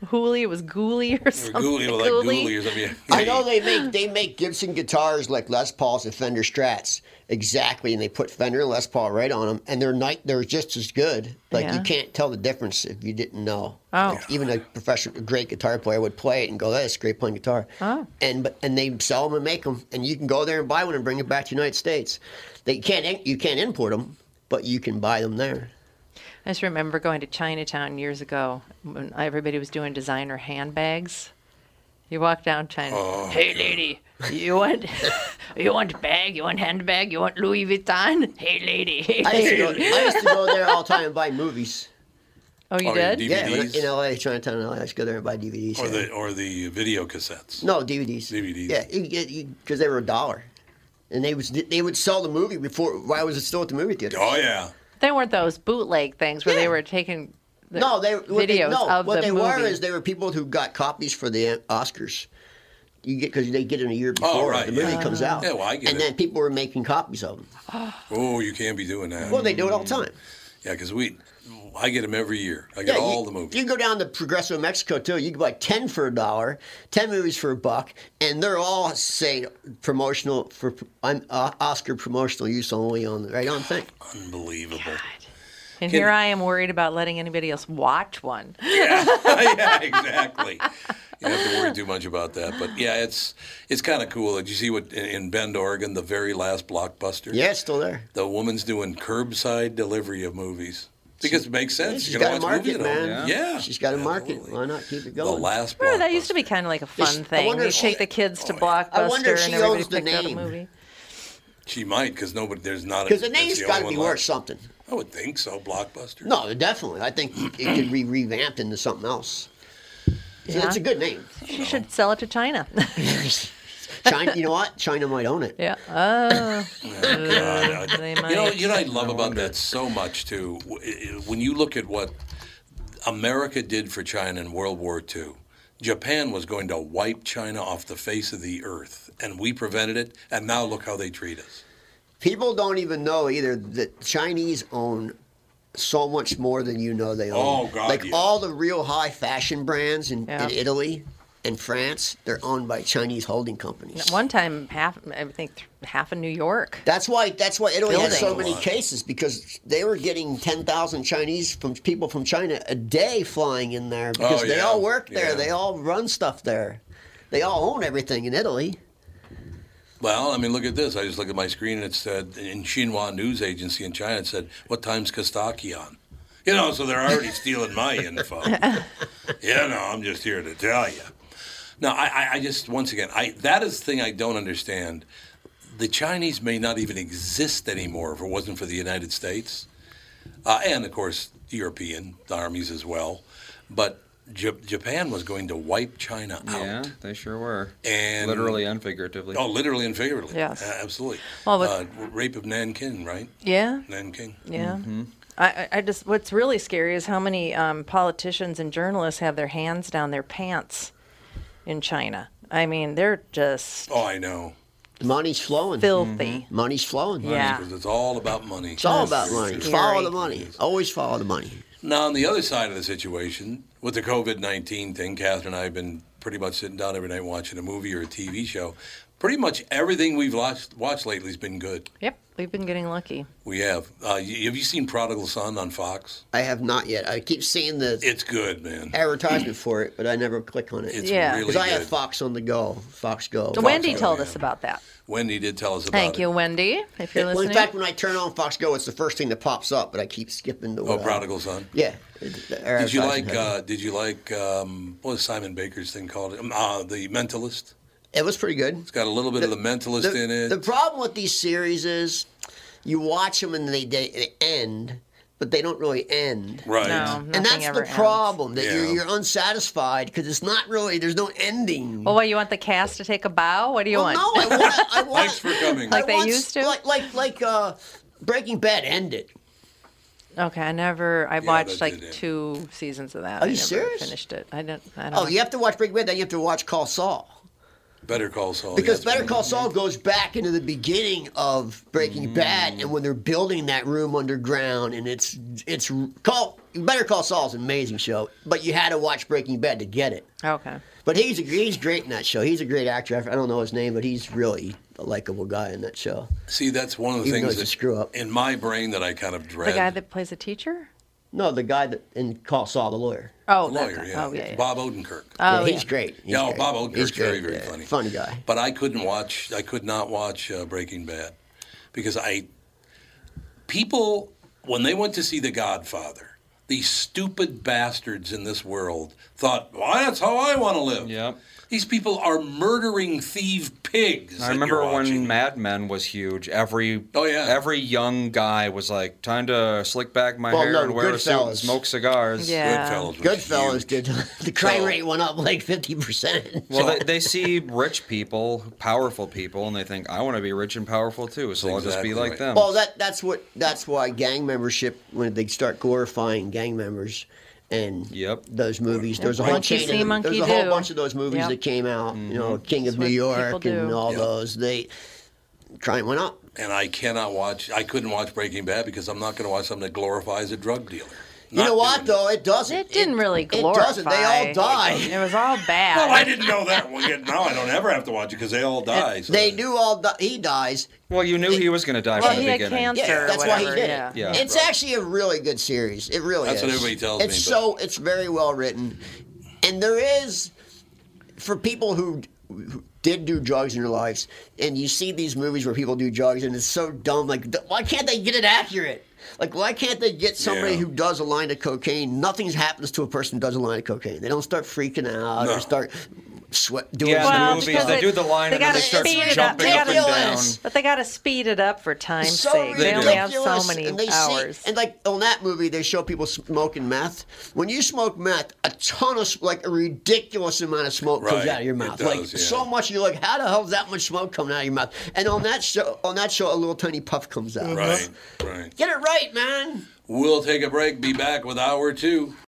Speaker 3: Hoolie it was Ghoulie or something.
Speaker 1: Ghoulie, like
Speaker 3: Ghoulie.
Speaker 1: Ghoulie or something. Yeah.
Speaker 2: I know they make they make Gibson guitars like Les Pauls and Fender Strats exactly, and they put Fender and Les Paul right on them, and they're night they're just as good. Like you
Speaker 3: Yeah.
Speaker 2: can't tell the difference if you didn't know.
Speaker 3: Oh.
Speaker 2: Like, even a professional, a great guitar player would play it and go, "That's great playing guitar."
Speaker 3: Oh.
Speaker 2: And but and they sell them and make them, and you can go there and buy one and bring it back to the United States. They can't in- you can't import them, but you can buy them there.
Speaker 3: I just remember going to Chinatown years ago when everybody was doing designer handbags. You walk down China.
Speaker 1: Oh,
Speaker 3: hey, lady, you want you want bag? You want handbag? You want Louis Vuitton? Hey, lady. Hey,
Speaker 2: I used to go,
Speaker 3: lady.
Speaker 2: I used to go there all the time and buy movies.
Speaker 3: Oh, you
Speaker 1: Oh, yeah,
Speaker 3: did?
Speaker 1: DVD.
Speaker 2: Yeah, when I-
Speaker 1: DVDs?
Speaker 2: in LA, Chinatown, LA, I used to go there and buy DVDs.
Speaker 1: Or
Speaker 2: yeah.
Speaker 1: the or the video cassettes.
Speaker 2: No DVDs.
Speaker 1: DVDs.
Speaker 2: Yeah, because they were a dollar, and they was they would sell the movie before. Why was it still at the movie theater?
Speaker 1: Oh yeah.
Speaker 3: They weren't those bootleg things where
Speaker 2: Yeah.
Speaker 3: they were taking the
Speaker 2: No, they what they,
Speaker 3: videos
Speaker 2: no,
Speaker 3: of
Speaker 2: what
Speaker 3: the
Speaker 2: they
Speaker 3: movie.
Speaker 2: were is they were people who got copies for the Oscars. You get because they get them a year before
Speaker 1: Oh, right,
Speaker 2: the movie
Speaker 1: yeah.
Speaker 2: comes out.
Speaker 1: Yeah, well, I get
Speaker 2: And
Speaker 1: it.
Speaker 2: then people were making copies of them.
Speaker 1: Oh, you can't be doing that.
Speaker 2: Well, they do it all the time.
Speaker 1: yeah, because we, I get them every year. I get
Speaker 2: Yeah,
Speaker 1: all
Speaker 2: you,
Speaker 1: the movies.
Speaker 2: You go down to Progreso, Mexico too. You can buy ten for a dollar, ten movies for a buck, and they're all say promotional for um, uh, Oscar promotional use only on the right on thing.
Speaker 1: Unbelievable.
Speaker 3: and here I am worried about letting anybody else watch one.
Speaker 1: Yeah, yeah, exactly. You don't have to worry too much about that, but yeah, it's it's kind of cool. Did you see what in, in Bend, Oregon, the very last blockbuster?
Speaker 2: Yeah, it's still there.
Speaker 1: the woman's doing curbside delivery of movies because it makes sense.
Speaker 2: She's
Speaker 1: You
Speaker 2: got
Speaker 1: gotta
Speaker 2: a
Speaker 1: watch movies
Speaker 2: market,
Speaker 1: at home.
Speaker 2: man.
Speaker 1: Yeah,
Speaker 2: She's got a market.
Speaker 1: absolutely.
Speaker 2: Why not keep it
Speaker 1: The
Speaker 2: going?
Speaker 1: last.
Speaker 3: Remember, that used to be
Speaker 1: blockbuster.
Speaker 3: kind of like a
Speaker 2: Yes,
Speaker 3: fun
Speaker 2: I
Speaker 3: thing.
Speaker 2: wonder
Speaker 3: You
Speaker 2: if
Speaker 3: take
Speaker 2: she-
Speaker 3: the kids to
Speaker 1: oh, yeah.
Speaker 3: Blockbuster
Speaker 2: I wonder if she
Speaker 3: and everybody
Speaker 2: owns the
Speaker 3: picked out a
Speaker 2: name.
Speaker 3: movie.
Speaker 1: She might because nobody. There's not
Speaker 2: Because the
Speaker 1: that's
Speaker 2: name's
Speaker 1: only
Speaker 2: got to
Speaker 1: one
Speaker 2: be
Speaker 1: left.
Speaker 2: worth something.
Speaker 1: I would think so. Blockbuster.
Speaker 2: No, definitely. I think it could be revamped into something else. So
Speaker 3: Yeah.
Speaker 2: It's a good name.
Speaker 3: She should sell it to China.
Speaker 2: China, you know what? China might own it.
Speaker 3: yeah. Oh.
Speaker 1: God, I-
Speaker 3: They
Speaker 1: you know,
Speaker 3: might.
Speaker 1: you know, I love about that so much too. W- i- When you look at what America did for China in World War II, Japan was going to wipe China off the face of the earth, and we prevented it. And now look how they treat us.
Speaker 2: People don't even know either that Chinese own so much more than you know they own.
Speaker 1: Oh, God,
Speaker 2: Like
Speaker 1: yeah.
Speaker 2: all the real high fashion brands in,
Speaker 3: Yeah.
Speaker 2: in Italy and France, they're owned by Chinese holding companies.
Speaker 3: One time, half I think th- half of New York.
Speaker 2: That's why. That's why Italy had so
Speaker 3: Building.
Speaker 2: many cases because they were getting ten thousand Chinese from people from China a day flying in there because they
Speaker 1: Oh, yeah.
Speaker 2: all work there.
Speaker 1: Yeah.
Speaker 2: They all run stuff there. They all own everything in Italy.
Speaker 1: Well, I mean, look at this. I just look at my screen, and it said in Xinhua news agency in China, it said, "What time's Kostaki on?" You know, so they're already stealing my info. yeah, no, I'm just here to tell you. No, I, I, I just once again, I that is the thing I don't understand. The Chinese may not even exist anymore if it wasn't for the United States, uh, and of course, European armies as well. But J- Japan was going to wipe China out.
Speaker 4: Yeah, they sure were.
Speaker 1: And-
Speaker 4: literally and figuratively.
Speaker 1: Oh, literally and figuratively.
Speaker 3: Yes.
Speaker 1: A- absolutely.
Speaker 3: Well, but-
Speaker 1: uh, rape of Nanking, right?
Speaker 3: Yeah.
Speaker 1: Nanking.
Speaker 3: Yeah.
Speaker 2: Mm-hmm.
Speaker 3: I I, I just what's really scary is how many um, politicians and journalists have their hands down their pants in China. I mean, they're just
Speaker 1: Oh, I know.
Speaker 2: Money's flowing.
Speaker 3: filthy.
Speaker 2: Money's flowing.
Speaker 3: Yeah.
Speaker 1: Because it's all about money.
Speaker 2: It's all about money.
Speaker 3: Scary.
Speaker 2: Follow the money. Always follow the money.
Speaker 1: Now, on the other side of the situation, with the COVID 19 thing, Catherine and I have been pretty much sitting down every night watching a movie or a TV show. Pretty much everything we've watched, watched lately has been good.
Speaker 3: Yep, we've been getting lucky.
Speaker 1: We have. Uh, y- have you seen Prodigal Son on Fox?
Speaker 2: I have not yet. I keep seeing the
Speaker 1: It's good, man.
Speaker 2: advertisement for it, but I never click on it.
Speaker 1: It's
Speaker 3: Yeah.
Speaker 1: really
Speaker 2: Because
Speaker 1: good.
Speaker 2: I have Fox on the go. Fox Go.
Speaker 3: So Wendy
Speaker 1: oh,
Speaker 3: told
Speaker 1: yeah.
Speaker 3: us about that.
Speaker 1: Wendy did tell us about
Speaker 3: Thank
Speaker 1: it.
Speaker 3: you, Wendy, if you're
Speaker 2: Well,
Speaker 3: listening.
Speaker 2: in fact, when I turn on Fox Go, it's the first thing that pops up, but I keep skipping the.
Speaker 1: Oh, Prodigal Son.
Speaker 2: Yeah.
Speaker 1: Did you like? Uh, did you like? Um, what was Simon Baker's thing called? Um, uh, the Mentalist.
Speaker 2: It was pretty good.
Speaker 1: It's got a little bit of the Mentalist
Speaker 2: the,
Speaker 1: in it.
Speaker 2: the problem with these series is you watch them and they, they, they end, but they don't really end.
Speaker 1: right.
Speaker 3: no,
Speaker 2: and
Speaker 3: nothing
Speaker 2: that's
Speaker 3: ever
Speaker 2: the
Speaker 3: ends.
Speaker 2: problem that
Speaker 1: Yeah.
Speaker 2: you're, you're unsatisfied because it's not really there's no ending.
Speaker 3: Well, what you want the cast to take a bow? What do you
Speaker 2: Well,
Speaker 3: Oh, want?
Speaker 2: no, I want. I want
Speaker 1: Thanks for coming.
Speaker 2: I
Speaker 3: Like they
Speaker 2: want s-
Speaker 3: used to?
Speaker 2: Like like like uh, Breaking Bad ended.
Speaker 3: Okay, I never. I
Speaker 1: that
Speaker 3: watched
Speaker 1: did
Speaker 3: like
Speaker 1: end.
Speaker 3: two seasons of that.
Speaker 2: Are
Speaker 3: I
Speaker 2: you
Speaker 3: never
Speaker 2: serious?
Speaker 3: Finished it. I don't. I don't.
Speaker 2: Oh, you have to watch Breaking Bad, then you have to watch Call Saul.
Speaker 1: Better Call Saul.
Speaker 2: Because
Speaker 1: Oh, yes.
Speaker 2: Better Call Saul goes back into the beginning of Breaking
Speaker 1: Mm.
Speaker 2: Bad, and when they're building that room underground, and it's it's call Better Call Saul is an amazing show, but you had to watch Breaking Bad to get it.
Speaker 3: Okay.
Speaker 2: But he's a, he's great in that show. He's a great actor. I don't know his name, but he's really a likable guy in that show.
Speaker 1: See, that's one of the
Speaker 2: Even though
Speaker 1: things
Speaker 2: it's a
Speaker 1: that
Speaker 2: screw up.
Speaker 1: in my brain that I kind of
Speaker 3: The
Speaker 1: dread.
Speaker 3: guy that plays a teacher?
Speaker 2: No, the guy that in Call Saul the lawyer.
Speaker 3: Oh, that
Speaker 1: lawyer,
Speaker 3: guy.
Speaker 1: yeah.
Speaker 3: Oh, yeah, yeah.
Speaker 1: Bob Odenkirk.
Speaker 3: Oh,
Speaker 2: yeah, he's
Speaker 3: yeah.
Speaker 2: great. He's
Speaker 1: no,
Speaker 2: great.
Speaker 1: Bob
Speaker 2: He's
Speaker 1: Odenkirk,
Speaker 2: great,
Speaker 1: very, very
Speaker 2: yeah.
Speaker 1: funny.
Speaker 2: Funny guy.
Speaker 1: But I couldn't watch. I could not watch uh, Breaking Bad because I people when they went to see The Godfather, these stupid bastards in this world thought, "Well, that's how I want to live."
Speaker 4: Yep.
Speaker 1: These people are murdering thieve pigs.
Speaker 4: I
Speaker 1: that
Speaker 4: remember
Speaker 1: you're watching.
Speaker 4: when Mad Men was huge. Every
Speaker 1: Oh, yeah.
Speaker 4: every young guy was like, time to slick back my
Speaker 2: Well,
Speaker 4: hair
Speaker 2: no,
Speaker 4: and wear a suit and
Speaker 2: Goodfellas.
Speaker 4: smoke cigars.
Speaker 3: Yeah.
Speaker 1: Goodfellas. was
Speaker 2: Goodfellas
Speaker 1: huge.
Speaker 2: did. The crime
Speaker 1: So-
Speaker 2: rate went up like fifty percent.
Speaker 4: Well, they, they see rich people, powerful people, and they think, I want to be rich and powerful too, so I'll just
Speaker 1: Exactly
Speaker 4: be like
Speaker 1: right.
Speaker 4: them.
Speaker 2: Well, that that's what that's why gang membership when they start glorifying gang members and
Speaker 4: Yep.
Speaker 2: those movies. There's a whole
Speaker 3: Monkey
Speaker 2: chain.
Speaker 3: see,
Speaker 2: of,
Speaker 3: monkey
Speaker 2: there's a whole
Speaker 3: do.
Speaker 2: bunch of those movies
Speaker 3: Yep.
Speaker 2: that came out. You know, King of
Speaker 3: what
Speaker 2: New York
Speaker 3: people
Speaker 2: and
Speaker 3: do.
Speaker 2: all
Speaker 1: Mm-hmm. Yep.
Speaker 2: those. They crime went up.
Speaker 1: and I cannot watch. I couldn't watch Breaking Bad because I'm not going to watch something that glorifies a drug dealer.
Speaker 2: You
Speaker 1: Not
Speaker 2: know what
Speaker 1: doing
Speaker 2: though? It doesn't.
Speaker 3: It didn't really glorify.
Speaker 2: It doesn't. They all die.
Speaker 3: It was all bad.
Speaker 1: Well, I didn't know that. Well, yeah, now I don't ever have to watch it because they all die. so-
Speaker 2: They do all. Di- he dies.
Speaker 4: Well, you knew he was going to die
Speaker 3: Well,
Speaker 4: from
Speaker 3: he
Speaker 4: the
Speaker 3: had
Speaker 4: beginning.
Speaker 3: cancer.
Speaker 2: Yeah,
Speaker 3: or
Speaker 2: that's why
Speaker 3: whatever,
Speaker 2: he did
Speaker 3: yeah.
Speaker 2: it.
Speaker 4: Yeah.
Speaker 2: It's actually a really good series. It really
Speaker 1: That's
Speaker 2: is.
Speaker 1: what everybody tells
Speaker 2: it's
Speaker 1: me, but-
Speaker 2: so it's very well written, and there is for people who, who did do drugs in their lives, and you see these movies where people do drugs, and it's so dumb. Like, th- why can't they get it accurate? Like, why can't they get somebody
Speaker 1: Yeah.
Speaker 2: who does a line of cocaine? Nothing happens to a person who does a line of cocaine. They don't start freaking out
Speaker 1: No.
Speaker 2: or start sweat doing.
Speaker 4: Yeah,
Speaker 2: something.
Speaker 4: in the
Speaker 3: Well,
Speaker 4: movies,
Speaker 3: because
Speaker 4: they
Speaker 3: it-
Speaker 4: do the line
Speaker 3: they
Speaker 4: and then
Speaker 3: gotta
Speaker 4: they start
Speaker 3: speed it up.
Speaker 4: jumping
Speaker 3: They
Speaker 4: up and down.
Speaker 2: ridiculous.
Speaker 3: But they got to speed it up for time's
Speaker 2: so
Speaker 3: sake. They only have so
Speaker 2: ridiculous,
Speaker 3: many
Speaker 2: and they
Speaker 3: hours.
Speaker 2: See, and like on that movie, they show people smoking meth. When you smoke meth, a ton of like a ridiculous amount of smoke comes
Speaker 1: Right,
Speaker 2: out of your
Speaker 1: it
Speaker 2: mouth.
Speaker 1: does,
Speaker 2: like
Speaker 1: yeah.
Speaker 2: so much, you're like, how the hell is that much smoke coming out of your mouth? And on that show, on that show, a little tiny puff comes out.
Speaker 1: Right, right.
Speaker 2: Get it right, man.
Speaker 1: We'll take a break. Be back with hour two.